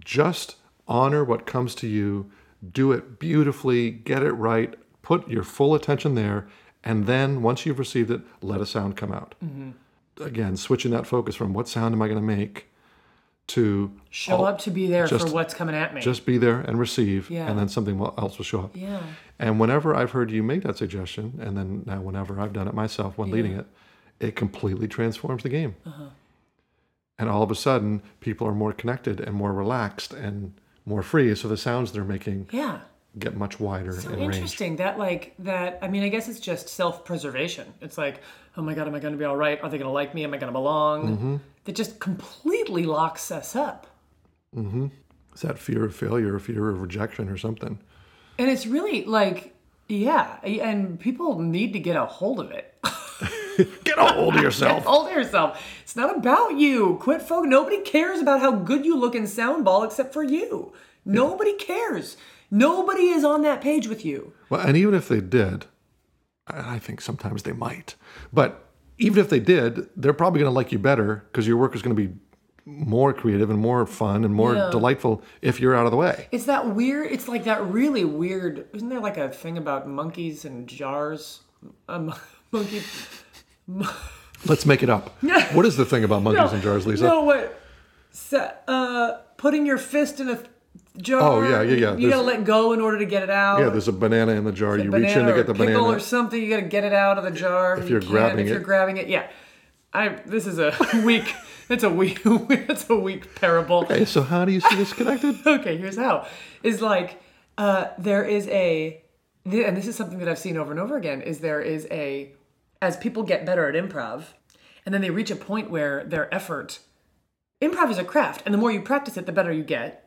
[SPEAKER 2] Just honor what comes to you, do it beautifully, get it right, put your full attention there, and then once you've received it, let a sound come out. Again, switching that focus from what sound am I going to make to
[SPEAKER 1] show
[SPEAKER 2] I'll
[SPEAKER 1] up to be there
[SPEAKER 2] Oh, just-
[SPEAKER 1] for what's coming at me
[SPEAKER 2] just be there and receive,
[SPEAKER 1] Yeah.
[SPEAKER 2] and then something will- else will show up.
[SPEAKER 1] yeah
[SPEAKER 2] And whenever I've heard you make that suggestion, and then now whenever I've done it myself when leading it, it completely transforms the game.
[SPEAKER 1] Uh-huh.
[SPEAKER 2] And all of a sudden, people are more connected and more relaxed and more free. So the sounds they're making
[SPEAKER 1] yeah
[SPEAKER 2] get much wider
[SPEAKER 1] So
[SPEAKER 2] in range.
[SPEAKER 1] interesting that like that. I mean, I guess it's just self-preservation. It's like, oh my god, am I going to be all right? Are they going to like me? Am I going to belong?
[SPEAKER 2] Mm-hmm.
[SPEAKER 1] That just completely locks us up.
[SPEAKER 2] It's that fear of failure or fear of rejection or something.
[SPEAKER 1] And it's really like, yeah. And people need to get a hold of it.
[SPEAKER 2] Get a hold of yourself.
[SPEAKER 1] (laughs) hold of yourself. It's not about you. Quit focus. Nobody cares about how good you look in soundball except for you. Nobody cares. Nobody is on that page with you.
[SPEAKER 2] Well, and even if they did, and I think sometimes they might, but even if they did, they're probably going to like you better because your work is going to be more creative and more fun and more
[SPEAKER 1] Yeah.
[SPEAKER 2] delightful if you're out of the way.
[SPEAKER 1] It's that weird. It's like that really weird. Isn't there like a thing about monkeys and jars? Um, (laughs) monkey.
[SPEAKER 2] Let's make
[SPEAKER 1] (laughs)
[SPEAKER 2] it up. what is the thing about monkeys and jars, Lisa?
[SPEAKER 1] No, what? sa- uh, putting your fist in a th- jar.
[SPEAKER 2] Oh, yeah, yeah, yeah.
[SPEAKER 1] You gotta
[SPEAKER 2] There's-
[SPEAKER 1] let go in order to get it out.
[SPEAKER 2] Yeah, there's a banana in the jar. You reach in
[SPEAKER 1] banana
[SPEAKER 2] to
[SPEAKER 1] or
[SPEAKER 2] get the
[SPEAKER 1] pickle
[SPEAKER 2] banana.
[SPEAKER 1] or something. You gotta get it out of the jar. If
[SPEAKER 2] you're grabbing
[SPEAKER 1] if you're
[SPEAKER 2] it.
[SPEAKER 1] grabbing it, yeah. I. This is a (laughs) weak. That's a weak. (laughs) That's a weak parable
[SPEAKER 2] Okay, so how do
[SPEAKER 1] (laughs)
[SPEAKER 2] you see this connected?
[SPEAKER 1] okay, here's how. Is like uh, there is a, th- and this is something that I've seen over and over again. Is there is a, as people get better at improv, and then they reach a point where their effort, improv is a craft, and the more you practice it, the better you get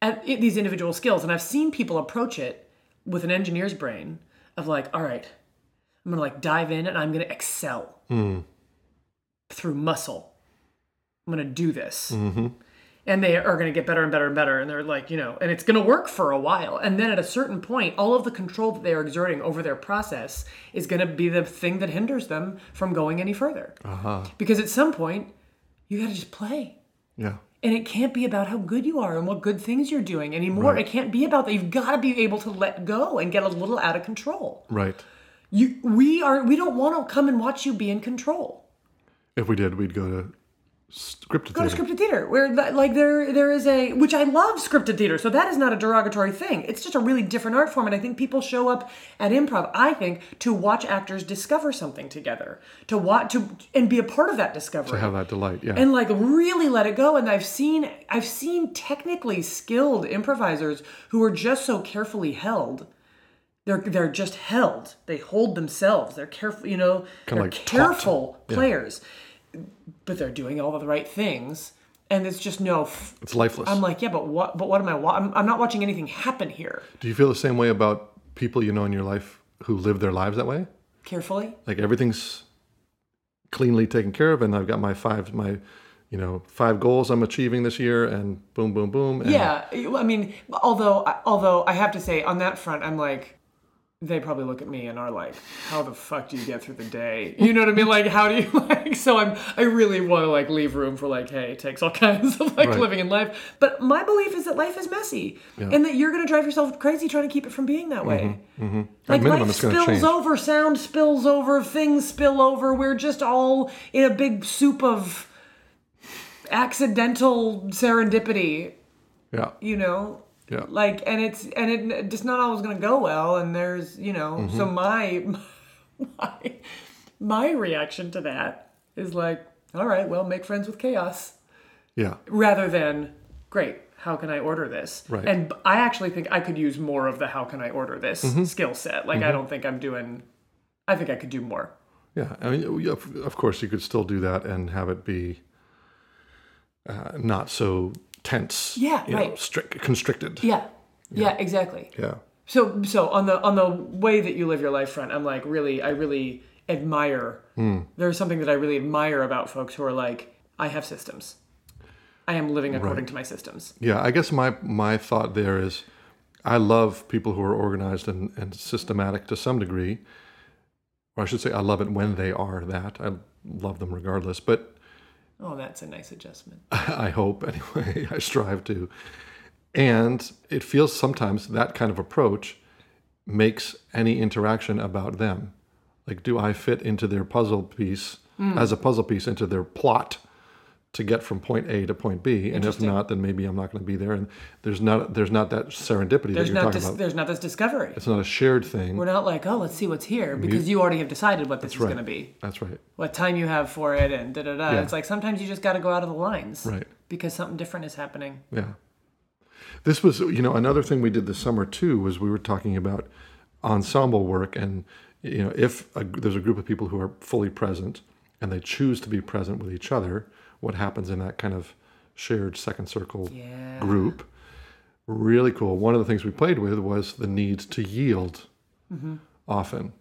[SPEAKER 1] at it, these individual skills. And I've seen people approach it with an engineer's brain of like, all right, I'm gonna like dive in and I'm gonna excel through muscle. I'm gonna do this and they are going to get better and better and better and they're like you know and it's going to work for a while and then at a certain point all of the control that they are exerting over their process is going to be the thing that hinders them from going any further
[SPEAKER 2] Uh-huh.
[SPEAKER 1] because at some point you got to just play
[SPEAKER 2] Yeah.
[SPEAKER 1] and it can't be about how good you are and what good things you're doing anymore it can't be about that you've got to be able to let go and get a little out of control
[SPEAKER 2] Right.
[SPEAKER 1] you we are we don't want to come and watch you be in control
[SPEAKER 2] If we did, we'd go to scripted
[SPEAKER 1] Go to
[SPEAKER 2] theater.
[SPEAKER 1] scripted theater where th- like there there is a which I love scripted theater. So that is not a derogatory thing. It's just a really different art form and I think people show up at improv I think to watch actors discover something together, to watch to and be a part of that discovery.
[SPEAKER 2] to have that delight. Yeah.
[SPEAKER 1] and like really let it go and i've seen i've seen technically skilled improvisers who are just so carefully held they're they're just held they hold themselves they're careful you know
[SPEAKER 2] Kinda
[SPEAKER 1] they're
[SPEAKER 2] like taught.
[SPEAKER 1] careful players but they're doing all of the right things and it's just no f-
[SPEAKER 2] it's lifeless.
[SPEAKER 1] i'm like yeah but what but what am i wa- I'm, I'm not watching anything happen here
[SPEAKER 2] Do you feel the same way about people you know in your life who live their lives that way?
[SPEAKER 1] carefully
[SPEAKER 2] Like everything's cleanly taken care of, and I've got my five my you know five goals I'm achieving this year, and boom, boom, boom. And
[SPEAKER 1] yeah i mean although although i have to say on that front i'm like they probably look at me and are like how the fuck do you get through the day you know what i mean like how do you (laughs) like so i'm i really want to like leave room for like hey it takes all (laughs) kinds of like
[SPEAKER 2] Right.
[SPEAKER 1] living in life but my belief is that life is messy and that you're going to drive yourself crazy trying to keep it from being that way like
[SPEAKER 2] Mm-hmm. minimum,
[SPEAKER 1] life
[SPEAKER 2] it's gonna
[SPEAKER 1] spills
[SPEAKER 2] change.
[SPEAKER 1] over sound spills over things spill over we're just all in a big soup of accidental serendipity
[SPEAKER 2] yeah,
[SPEAKER 1] you know
[SPEAKER 2] yeah.
[SPEAKER 1] like and it's and it, it's not always going to go well and there's you know so my, my (laughs) my reaction to that is like all right well make friends with chaos
[SPEAKER 2] yeah.
[SPEAKER 1] rather than great how can i order this
[SPEAKER 2] Right.
[SPEAKER 1] and b- i actually think i could use more of the how can i order this skill set like i don't think i'm doing i think i could do more
[SPEAKER 2] Yeah, I mean, yeah, of of course, you could still do that and have it be uh, not so tense.
[SPEAKER 1] Yeah,
[SPEAKER 2] you know,
[SPEAKER 1] right.
[SPEAKER 2] strict, constricted.
[SPEAKER 1] yeah yeah, exactly
[SPEAKER 2] Yeah,
[SPEAKER 1] So so on the on the way that you live your life front, I'm like really I really admire.
[SPEAKER 2] Hmm.
[SPEAKER 1] There's something that I really admire about folks who are like I have systems. I am living according to my systems.
[SPEAKER 2] yeah. I guess my my thought there is, I love people who are organized and, and systematic to some degree, or I should say, I love it when they are that. I love them regardless, but
[SPEAKER 1] Oh, that's a nice adjustment.
[SPEAKER 2] (laughs) I hope anyway. (laughs) I strive to. And it feels sometimes that kind of approach makes any interaction about them. Like, do I fit into their puzzle piece
[SPEAKER 1] Hmm.
[SPEAKER 2] as a puzzle piece into their plot to get from point A to point B? And if not, then maybe I'm not going to be there. And there's not there's not that
[SPEAKER 1] There's
[SPEAKER 2] serendipity that you're
[SPEAKER 1] not
[SPEAKER 2] talking
[SPEAKER 1] dis-
[SPEAKER 2] about.
[SPEAKER 1] there's not this discovery.
[SPEAKER 2] It's not a shared thing.
[SPEAKER 1] We're not like oh let's see what's here because you already have decided what this is going to be,
[SPEAKER 2] That's right.
[SPEAKER 1] what time you have for it, and da da da. It's like sometimes you just got to go out of the lines
[SPEAKER 2] Right.
[SPEAKER 1] because something different is happening.
[SPEAKER 2] Yeah. This was, you know, another thing we did this summer too was we were talking about ensemble work and, you know, if a, there's a group of people who are fully present and they choose to be present with each other, what happens in that kind of shared second circle
[SPEAKER 1] Yeah.
[SPEAKER 2] group? Really cool. One of the things we played with was the need to yield
[SPEAKER 1] Mm-hmm.
[SPEAKER 2] often.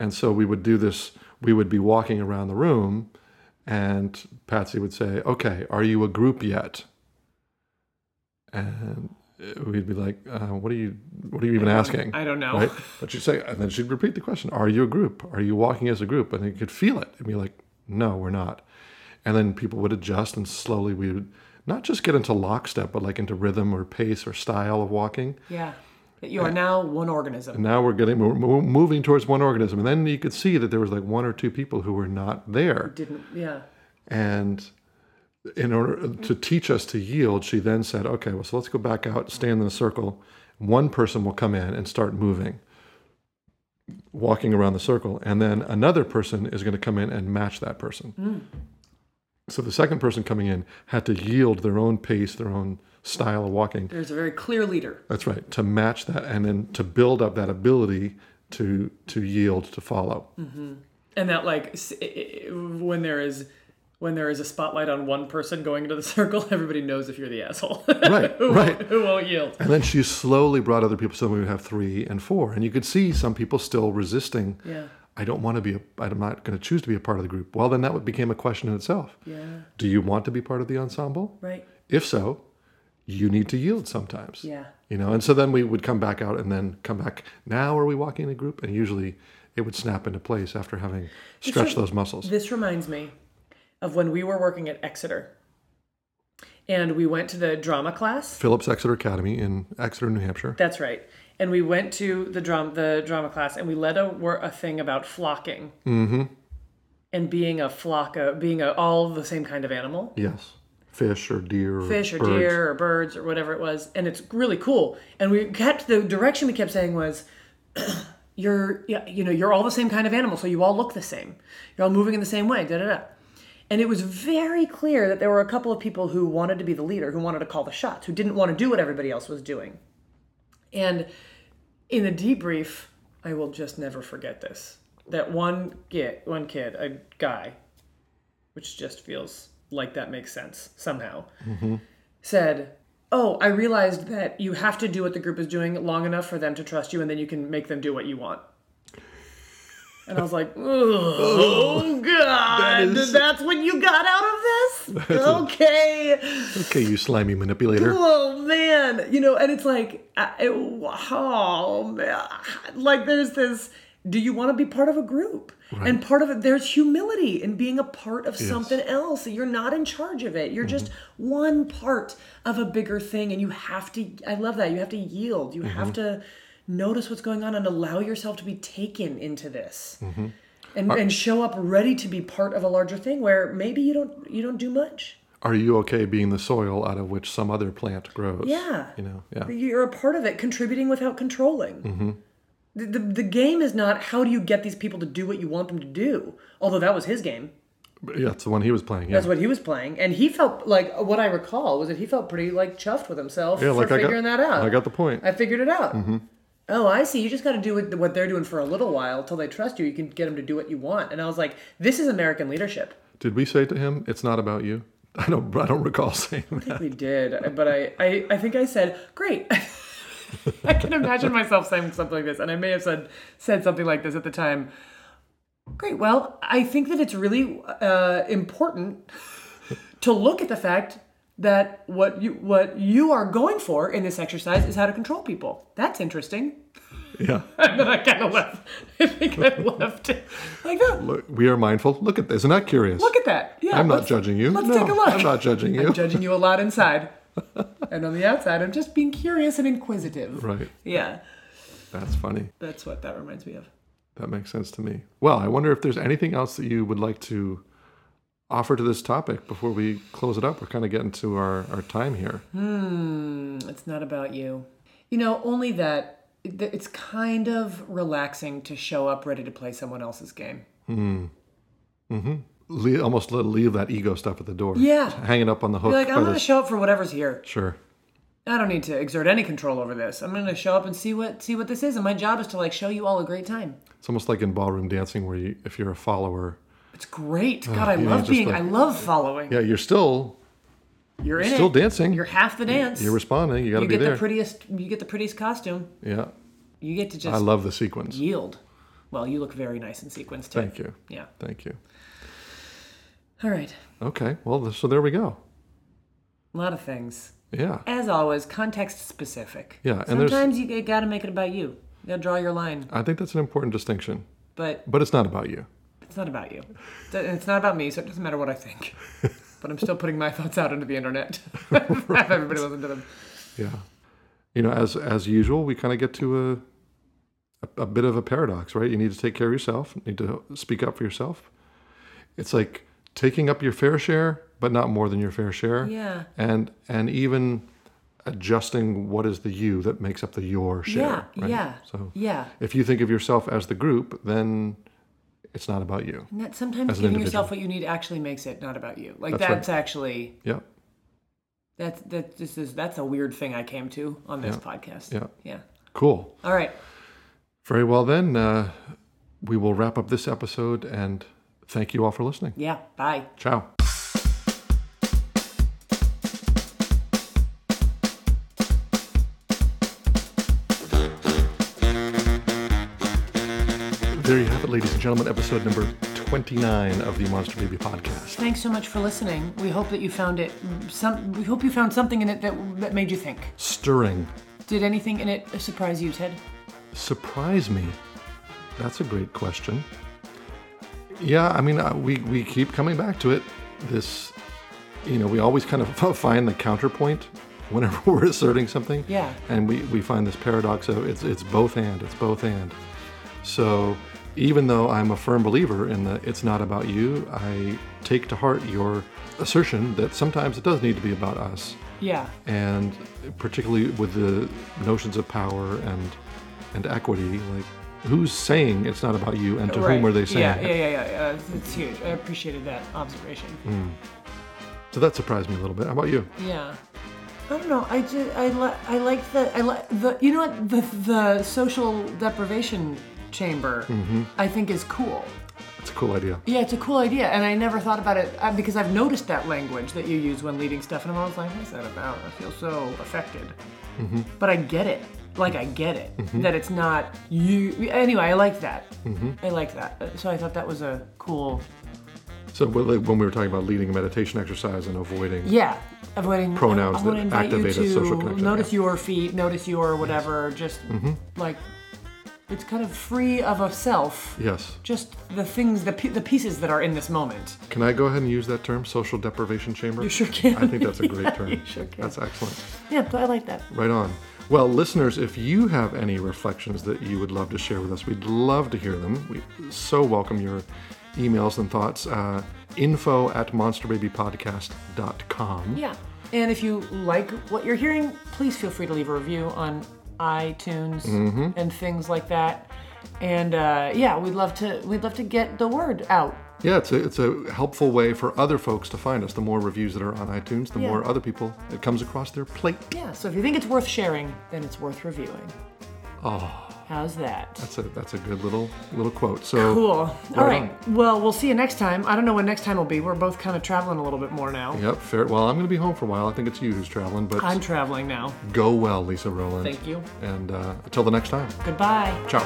[SPEAKER 2] And so we would do this, we would be walking around the room and Patsy would say, Okay, are you a group yet? And we'd be like, uh, what are you what are you even asking?
[SPEAKER 1] I don't know.
[SPEAKER 2] Right? But she'd say and then she'd repeat the question, Are you a group? Are you walking as a group? And they could feel it and be like, No, we're not. And then people would adjust and slowly we would not just get into lockstep, but like into rhythm or pace or style of walking.
[SPEAKER 1] Yeah, that you are now one organism.
[SPEAKER 2] And now we're getting we're mo- moving towards one organism, and then you could see that there was like one or two people who were not there.
[SPEAKER 1] Didn't yeah.
[SPEAKER 2] And in order to teach us to yield, she then said, "Okay, well, so let's go back out, stand in a circle. One person will come in and start moving, walking around the circle, and then another person is going to come in and match that person." So the second person coming in had to yield their own pace, their own style of walking,
[SPEAKER 1] There's a very clear leader.
[SPEAKER 2] that's right. To match that, and then to build up that ability to to yield, to follow.
[SPEAKER 1] and that like s- i- i- when there is when there is a spotlight on one person going into the (laughs) circle everybody knows if you're the asshole (laughs)
[SPEAKER 2] Right,
[SPEAKER 1] who,
[SPEAKER 2] right.
[SPEAKER 1] who won't yield
[SPEAKER 2] And then she slowly brought other people. So we would have three and four, and you could see some people still resisting.
[SPEAKER 1] yeah
[SPEAKER 2] I don't want to be. A, I'm not going to choose to be a part of the group. Well, then that would- became a question in itself.
[SPEAKER 1] yeah
[SPEAKER 2] Do you want to be part of the ensemble?
[SPEAKER 1] right
[SPEAKER 2] If so, you need to yield sometimes.
[SPEAKER 1] yeah
[SPEAKER 2] You know, and so then we would come back out and then come back. Now are we walking in a group? And usually, it would snap into place after having stretched those muscles.
[SPEAKER 1] this reminds me of when we were working at exeter and we went to the drama class
[SPEAKER 2] Phillips Exeter Academy in Exeter, New Hampshire.
[SPEAKER 1] that's right and we went to the drama the drama class and we led a wor- a thing about flocking mm-hmm and being a flock of being a, all the same kind of animal
[SPEAKER 2] Yes. Fish or deer or
[SPEAKER 1] fish or
[SPEAKER 2] birds.
[SPEAKER 1] deer or birds or whatever it was and it's really cool and we kept the direction we kept saying was (clears throat) you're yeah, you know you're all the same kind of animal so you all look the same you're all moving in the same way da da da and it was very clear that there were a couple of people who wanted to be the leader who wanted to call the shots who didn't want to do what everybody else was doing and in the debrief, I will just never forget this. That one kid, one kid, a guy, which just feels like that makes sense somehow, said, "Oh, I realized that you have to do what the group is doing long enough for them to trust you, and then you can make them do what you want." And I was like, "Oh God,
[SPEAKER 2] is-
[SPEAKER 1] that's what you got out of this? okay."
[SPEAKER 2] Okay, you slimy manipulator.
[SPEAKER 1] Oh man, you know, and it's like, I- it, oh man, like there's this. Do you want to be part of a group? And part of it, there's humility in being a part of something else. You're not in charge of it. You're just one part of a bigger thing, and you have to. I love that. You have to yield. You have to notice what's going on and allow yourself to be taken into this. And, and show up ready to be part of a larger thing where maybe you don't you don't do much.
[SPEAKER 2] Are you okay being the soil out of which some other plant grows?
[SPEAKER 1] Yeah.
[SPEAKER 2] You know, yeah.
[SPEAKER 1] You're a part of it, contributing without controlling.
[SPEAKER 2] Mm-hmm.
[SPEAKER 1] The, the, the game is not how do you get these people to do what you want them to do, although that was his game.
[SPEAKER 2] Yeah, it's the one he was playing. Yeah.
[SPEAKER 1] That's what he was playing. And he felt like, what I recall was that he felt pretty like chuffed with himself
[SPEAKER 2] yeah,
[SPEAKER 1] for
[SPEAKER 2] like I got,
[SPEAKER 1] figuring that out.
[SPEAKER 2] I got the point. Mm-hmm.
[SPEAKER 1] I figured it out. Oh, I see. You just got to do what, what they're doing for a little while till they trust you. You can get them to do what you want. And I was like, this is American leadership.
[SPEAKER 2] Did we say to him, "It's not about you"? (laughs) I don't. I don't recall (laughs) saying that.
[SPEAKER 1] We did, but I, I, I think I said, great. (laughs) I can imagine myself saying something like this, and I may have said said something like this at the time. Great. Well, I think that it's really uh, important to look at the fact that what you what you are going for in this exercise is how to control people. That's interesting. (laughs)
[SPEAKER 2] Yeah.
[SPEAKER 1] And then I kind of left. (laughs) I think I left it like that.
[SPEAKER 2] Look, we are mindful. Look at this. Isn't that curious?
[SPEAKER 1] Look at that. Yeah.
[SPEAKER 2] I'm not
[SPEAKER 1] let's-
[SPEAKER 2] judging you.
[SPEAKER 1] let's
[SPEAKER 2] no,
[SPEAKER 1] take a look.
[SPEAKER 2] I'm
[SPEAKER 1] (laughs)
[SPEAKER 2] not judging you.
[SPEAKER 1] I'm judging you a lot inside. and on the outside, I'm just being curious and inquisitive.
[SPEAKER 2] right.
[SPEAKER 1] Yeah,
[SPEAKER 2] That's funny.
[SPEAKER 1] that's what that reminds me of.
[SPEAKER 2] That makes sense to me. Well, I wonder if there's anything else that you would like to offer to this topic before we close it up. We're kind of getting to our, our time here.
[SPEAKER 1] Mm, It's not about you. You know, only that it- it's kind of relaxing to show up ready to play someone else's game.
[SPEAKER 2] Le- almost le- leave that ego stuff at the door.
[SPEAKER 1] Yeah.
[SPEAKER 2] Just hanging up on the hook.
[SPEAKER 1] Be like,
[SPEAKER 2] by
[SPEAKER 1] I'm going to
[SPEAKER 2] the-
[SPEAKER 1] show up for whatever's here.
[SPEAKER 2] Sure.
[SPEAKER 1] I don't need to exert any control over this. I'm going to show up and see what see what this is, and my job is to like show you all a great time.
[SPEAKER 2] It's almost like in ballroom dancing where you, if you're a follower,
[SPEAKER 1] It's great. God, I
[SPEAKER 2] Oh, yeah,
[SPEAKER 1] love
[SPEAKER 2] just
[SPEAKER 1] being.
[SPEAKER 2] like-
[SPEAKER 1] I love following.
[SPEAKER 2] yeah, you're still
[SPEAKER 1] You're in
[SPEAKER 2] still
[SPEAKER 1] it.
[SPEAKER 2] dancing.
[SPEAKER 1] You're half the dance.
[SPEAKER 2] You're responding. You got to
[SPEAKER 1] you
[SPEAKER 2] be
[SPEAKER 1] get
[SPEAKER 2] there.
[SPEAKER 1] the prettiest. You get the prettiest costume.
[SPEAKER 2] yeah.
[SPEAKER 1] You get to
[SPEAKER 2] I
[SPEAKER 1] just
[SPEAKER 2] love the sequence.
[SPEAKER 1] yield. Well, you look very nice in sequence too.
[SPEAKER 2] Thank you.
[SPEAKER 1] Yeah.
[SPEAKER 2] Thank you.
[SPEAKER 1] All right.
[SPEAKER 2] Okay. Well, th- so there we go.
[SPEAKER 1] A lot of things.
[SPEAKER 2] Yeah.
[SPEAKER 1] As always, context specific.
[SPEAKER 2] Yeah, and there's-
[SPEAKER 1] Sometimes you got to make it about you. You got to draw your line,
[SPEAKER 2] I think that's an important distinction,
[SPEAKER 1] but
[SPEAKER 2] but it's not about you.
[SPEAKER 1] it's not about you. It's- It's not about me, so it doesn't matter what I
[SPEAKER 2] (laughs)
[SPEAKER 1] think. But I'm still putting my thoughts out into the internet. (laughs) Have everybody listen to them.
[SPEAKER 2] Yeah. You know, as as usual, we kind of get to a, a a bit of a paradox, right? You need to take care of yourself. Need to speak up for yourself. It's like taking up your fair share, but not more than your fair share.
[SPEAKER 1] Yeah.
[SPEAKER 2] And and even adjusting what is the you that makes up the your share.
[SPEAKER 1] yeah.
[SPEAKER 2] right?
[SPEAKER 1] Yeah.
[SPEAKER 2] So
[SPEAKER 1] Yeah.
[SPEAKER 2] if you think of yourself as the group, then it's not about you.
[SPEAKER 1] And that sometimes
[SPEAKER 2] As an
[SPEAKER 1] giving yourself what you need actually makes it not about you. Like
[SPEAKER 2] That's
[SPEAKER 1] that's,
[SPEAKER 2] right.
[SPEAKER 1] actually
[SPEAKER 2] Yeah.
[SPEAKER 1] that's that this is that's a weird thing I came to on this podcast.
[SPEAKER 2] Yeah.
[SPEAKER 1] Yeah.
[SPEAKER 2] Cool.
[SPEAKER 1] All right.
[SPEAKER 2] Very well, then. Uh, we will wrap up this episode and thank you all for listening.
[SPEAKER 1] Yeah. Bye.
[SPEAKER 2] Ciao. There you have it, ladies and gentlemen, episode number 29 of the Monster Baby podcast.
[SPEAKER 1] Thanks so much for listening. We hope that you found it some we hope you found something in it that that made you think.
[SPEAKER 2] Stirring.
[SPEAKER 1] Did anything in it surprise you, Ted?
[SPEAKER 2] Surprise me. That's a great question. Yeah, I mean, uh, we, we keep coming back to it. This, you know, we always kind of (laughs) find the counterpoint whenever (laughs) we're asserting something.
[SPEAKER 1] Yeah.
[SPEAKER 2] And we, we find this paradox of it's, it's both and, it's both and. So even though I'm a firm believer in the it's not about you, I take to heart your assertion that sometimes it does need to be about us.
[SPEAKER 1] Yeah.
[SPEAKER 2] And particularly with the notions of power and and equity, like who's saying it's not about you and to
[SPEAKER 1] right.
[SPEAKER 2] whom are they saying
[SPEAKER 1] Yeah,
[SPEAKER 2] it?
[SPEAKER 1] yeah, yeah, yeah. yeah. It's, it's huge. I appreciated that observation.
[SPEAKER 2] Mm. So that surprised me a little bit. How about you?
[SPEAKER 1] Yeah. I don't know. I just I li- I like the I like the you know what the the social deprivation chamber
[SPEAKER 2] Mm-hmm.
[SPEAKER 1] I think is cool.
[SPEAKER 2] It's a cool idea.
[SPEAKER 1] Yeah, it's a cool idea, and I never thought about it uh, because I've noticed that language that you use when leading stuff, and I'm always like, "What's that about?" I feel so affected.
[SPEAKER 2] Mm-hmm.
[SPEAKER 1] But I get it. Like I get it that it's not you. Anyway, I like that.
[SPEAKER 2] Mm-hmm.
[SPEAKER 1] I like that. Uh, So I thought that was a cool.
[SPEAKER 2] So well, like, when we were talking about leading a meditation exercise and avoiding,
[SPEAKER 1] Yeah, avoiding
[SPEAKER 2] Pronouns
[SPEAKER 1] I, I wanna
[SPEAKER 2] that
[SPEAKER 1] invite you
[SPEAKER 2] activate a
[SPEAKER 1] to
[SPEAKER 2] social connection, Mm-hmm.
[SPEAKER 1] Notice your feet. Notice your whatever. Just like it's kind of free of a self.
[SPEAKER 2] yes.
[SPEAKER 1] Just the things, the pi the pieces that are in this moment.
[SPEAKER 2] Can I go ahead and use that term, social deprivation chamber?
[SPEAKER 1] You sure can.
[SPEAKER 2] I think that's a great
[SPEAKER 1] Yeah,
[SPEAKER 2] term.
[SPEAKER 1] you sure can.
[SPEAKER 2] That's excellent.
[SPEAKER 1] (laughs) Yeah, I like that.
[SPEAKER 2] Right on. Well, listeners, if you have any reflections that you would love to share with us, we'd love to hear them. We so welcome your emails and thoughts. Uh, info at monsterbabypodcast.com.
[SPEAKER 1] Yeah. And if you like what you're hearing, please feel free to leave a review on iTunes and things like that. And uh, yeah, we'd love to we'd love to get the word out.
[SPEAKER 2] Yeah, it's a, it's a helpful way for other folks to find us. The more reviews that are on iTunes, the
[SPEAKER 1] Yeah.
[SPEAKER 2] more other people it comes across their plate.
[SPEAKER 1] Yeah. So if you think it's worth sharing, then it's worth reviewing. Oh. How's that?
[SPEAKER 2] That's a that's a good little little quote. So
[SPEAKER 1] Cool. All
[SPEAKER 2] Right
[SPEAKER 1] right. Well, we'll see you next time. I don't know when next time will be. We're both kind of traveling a little bit more now.
[SPEAKER 2] Yep, fair. Well, I'm going to be home for a while. I think it's you who's traveling, but
[SPEAKER 1] I'm traveling now.
[SPEAKER 2] go well, Lisa Rowland.
[SPEAKER 1] Thank you.
[SPEAKER 2] And uh, until the next time,
[SPEAKER 1] Goodbye.
[SPEAKER 2] ciao.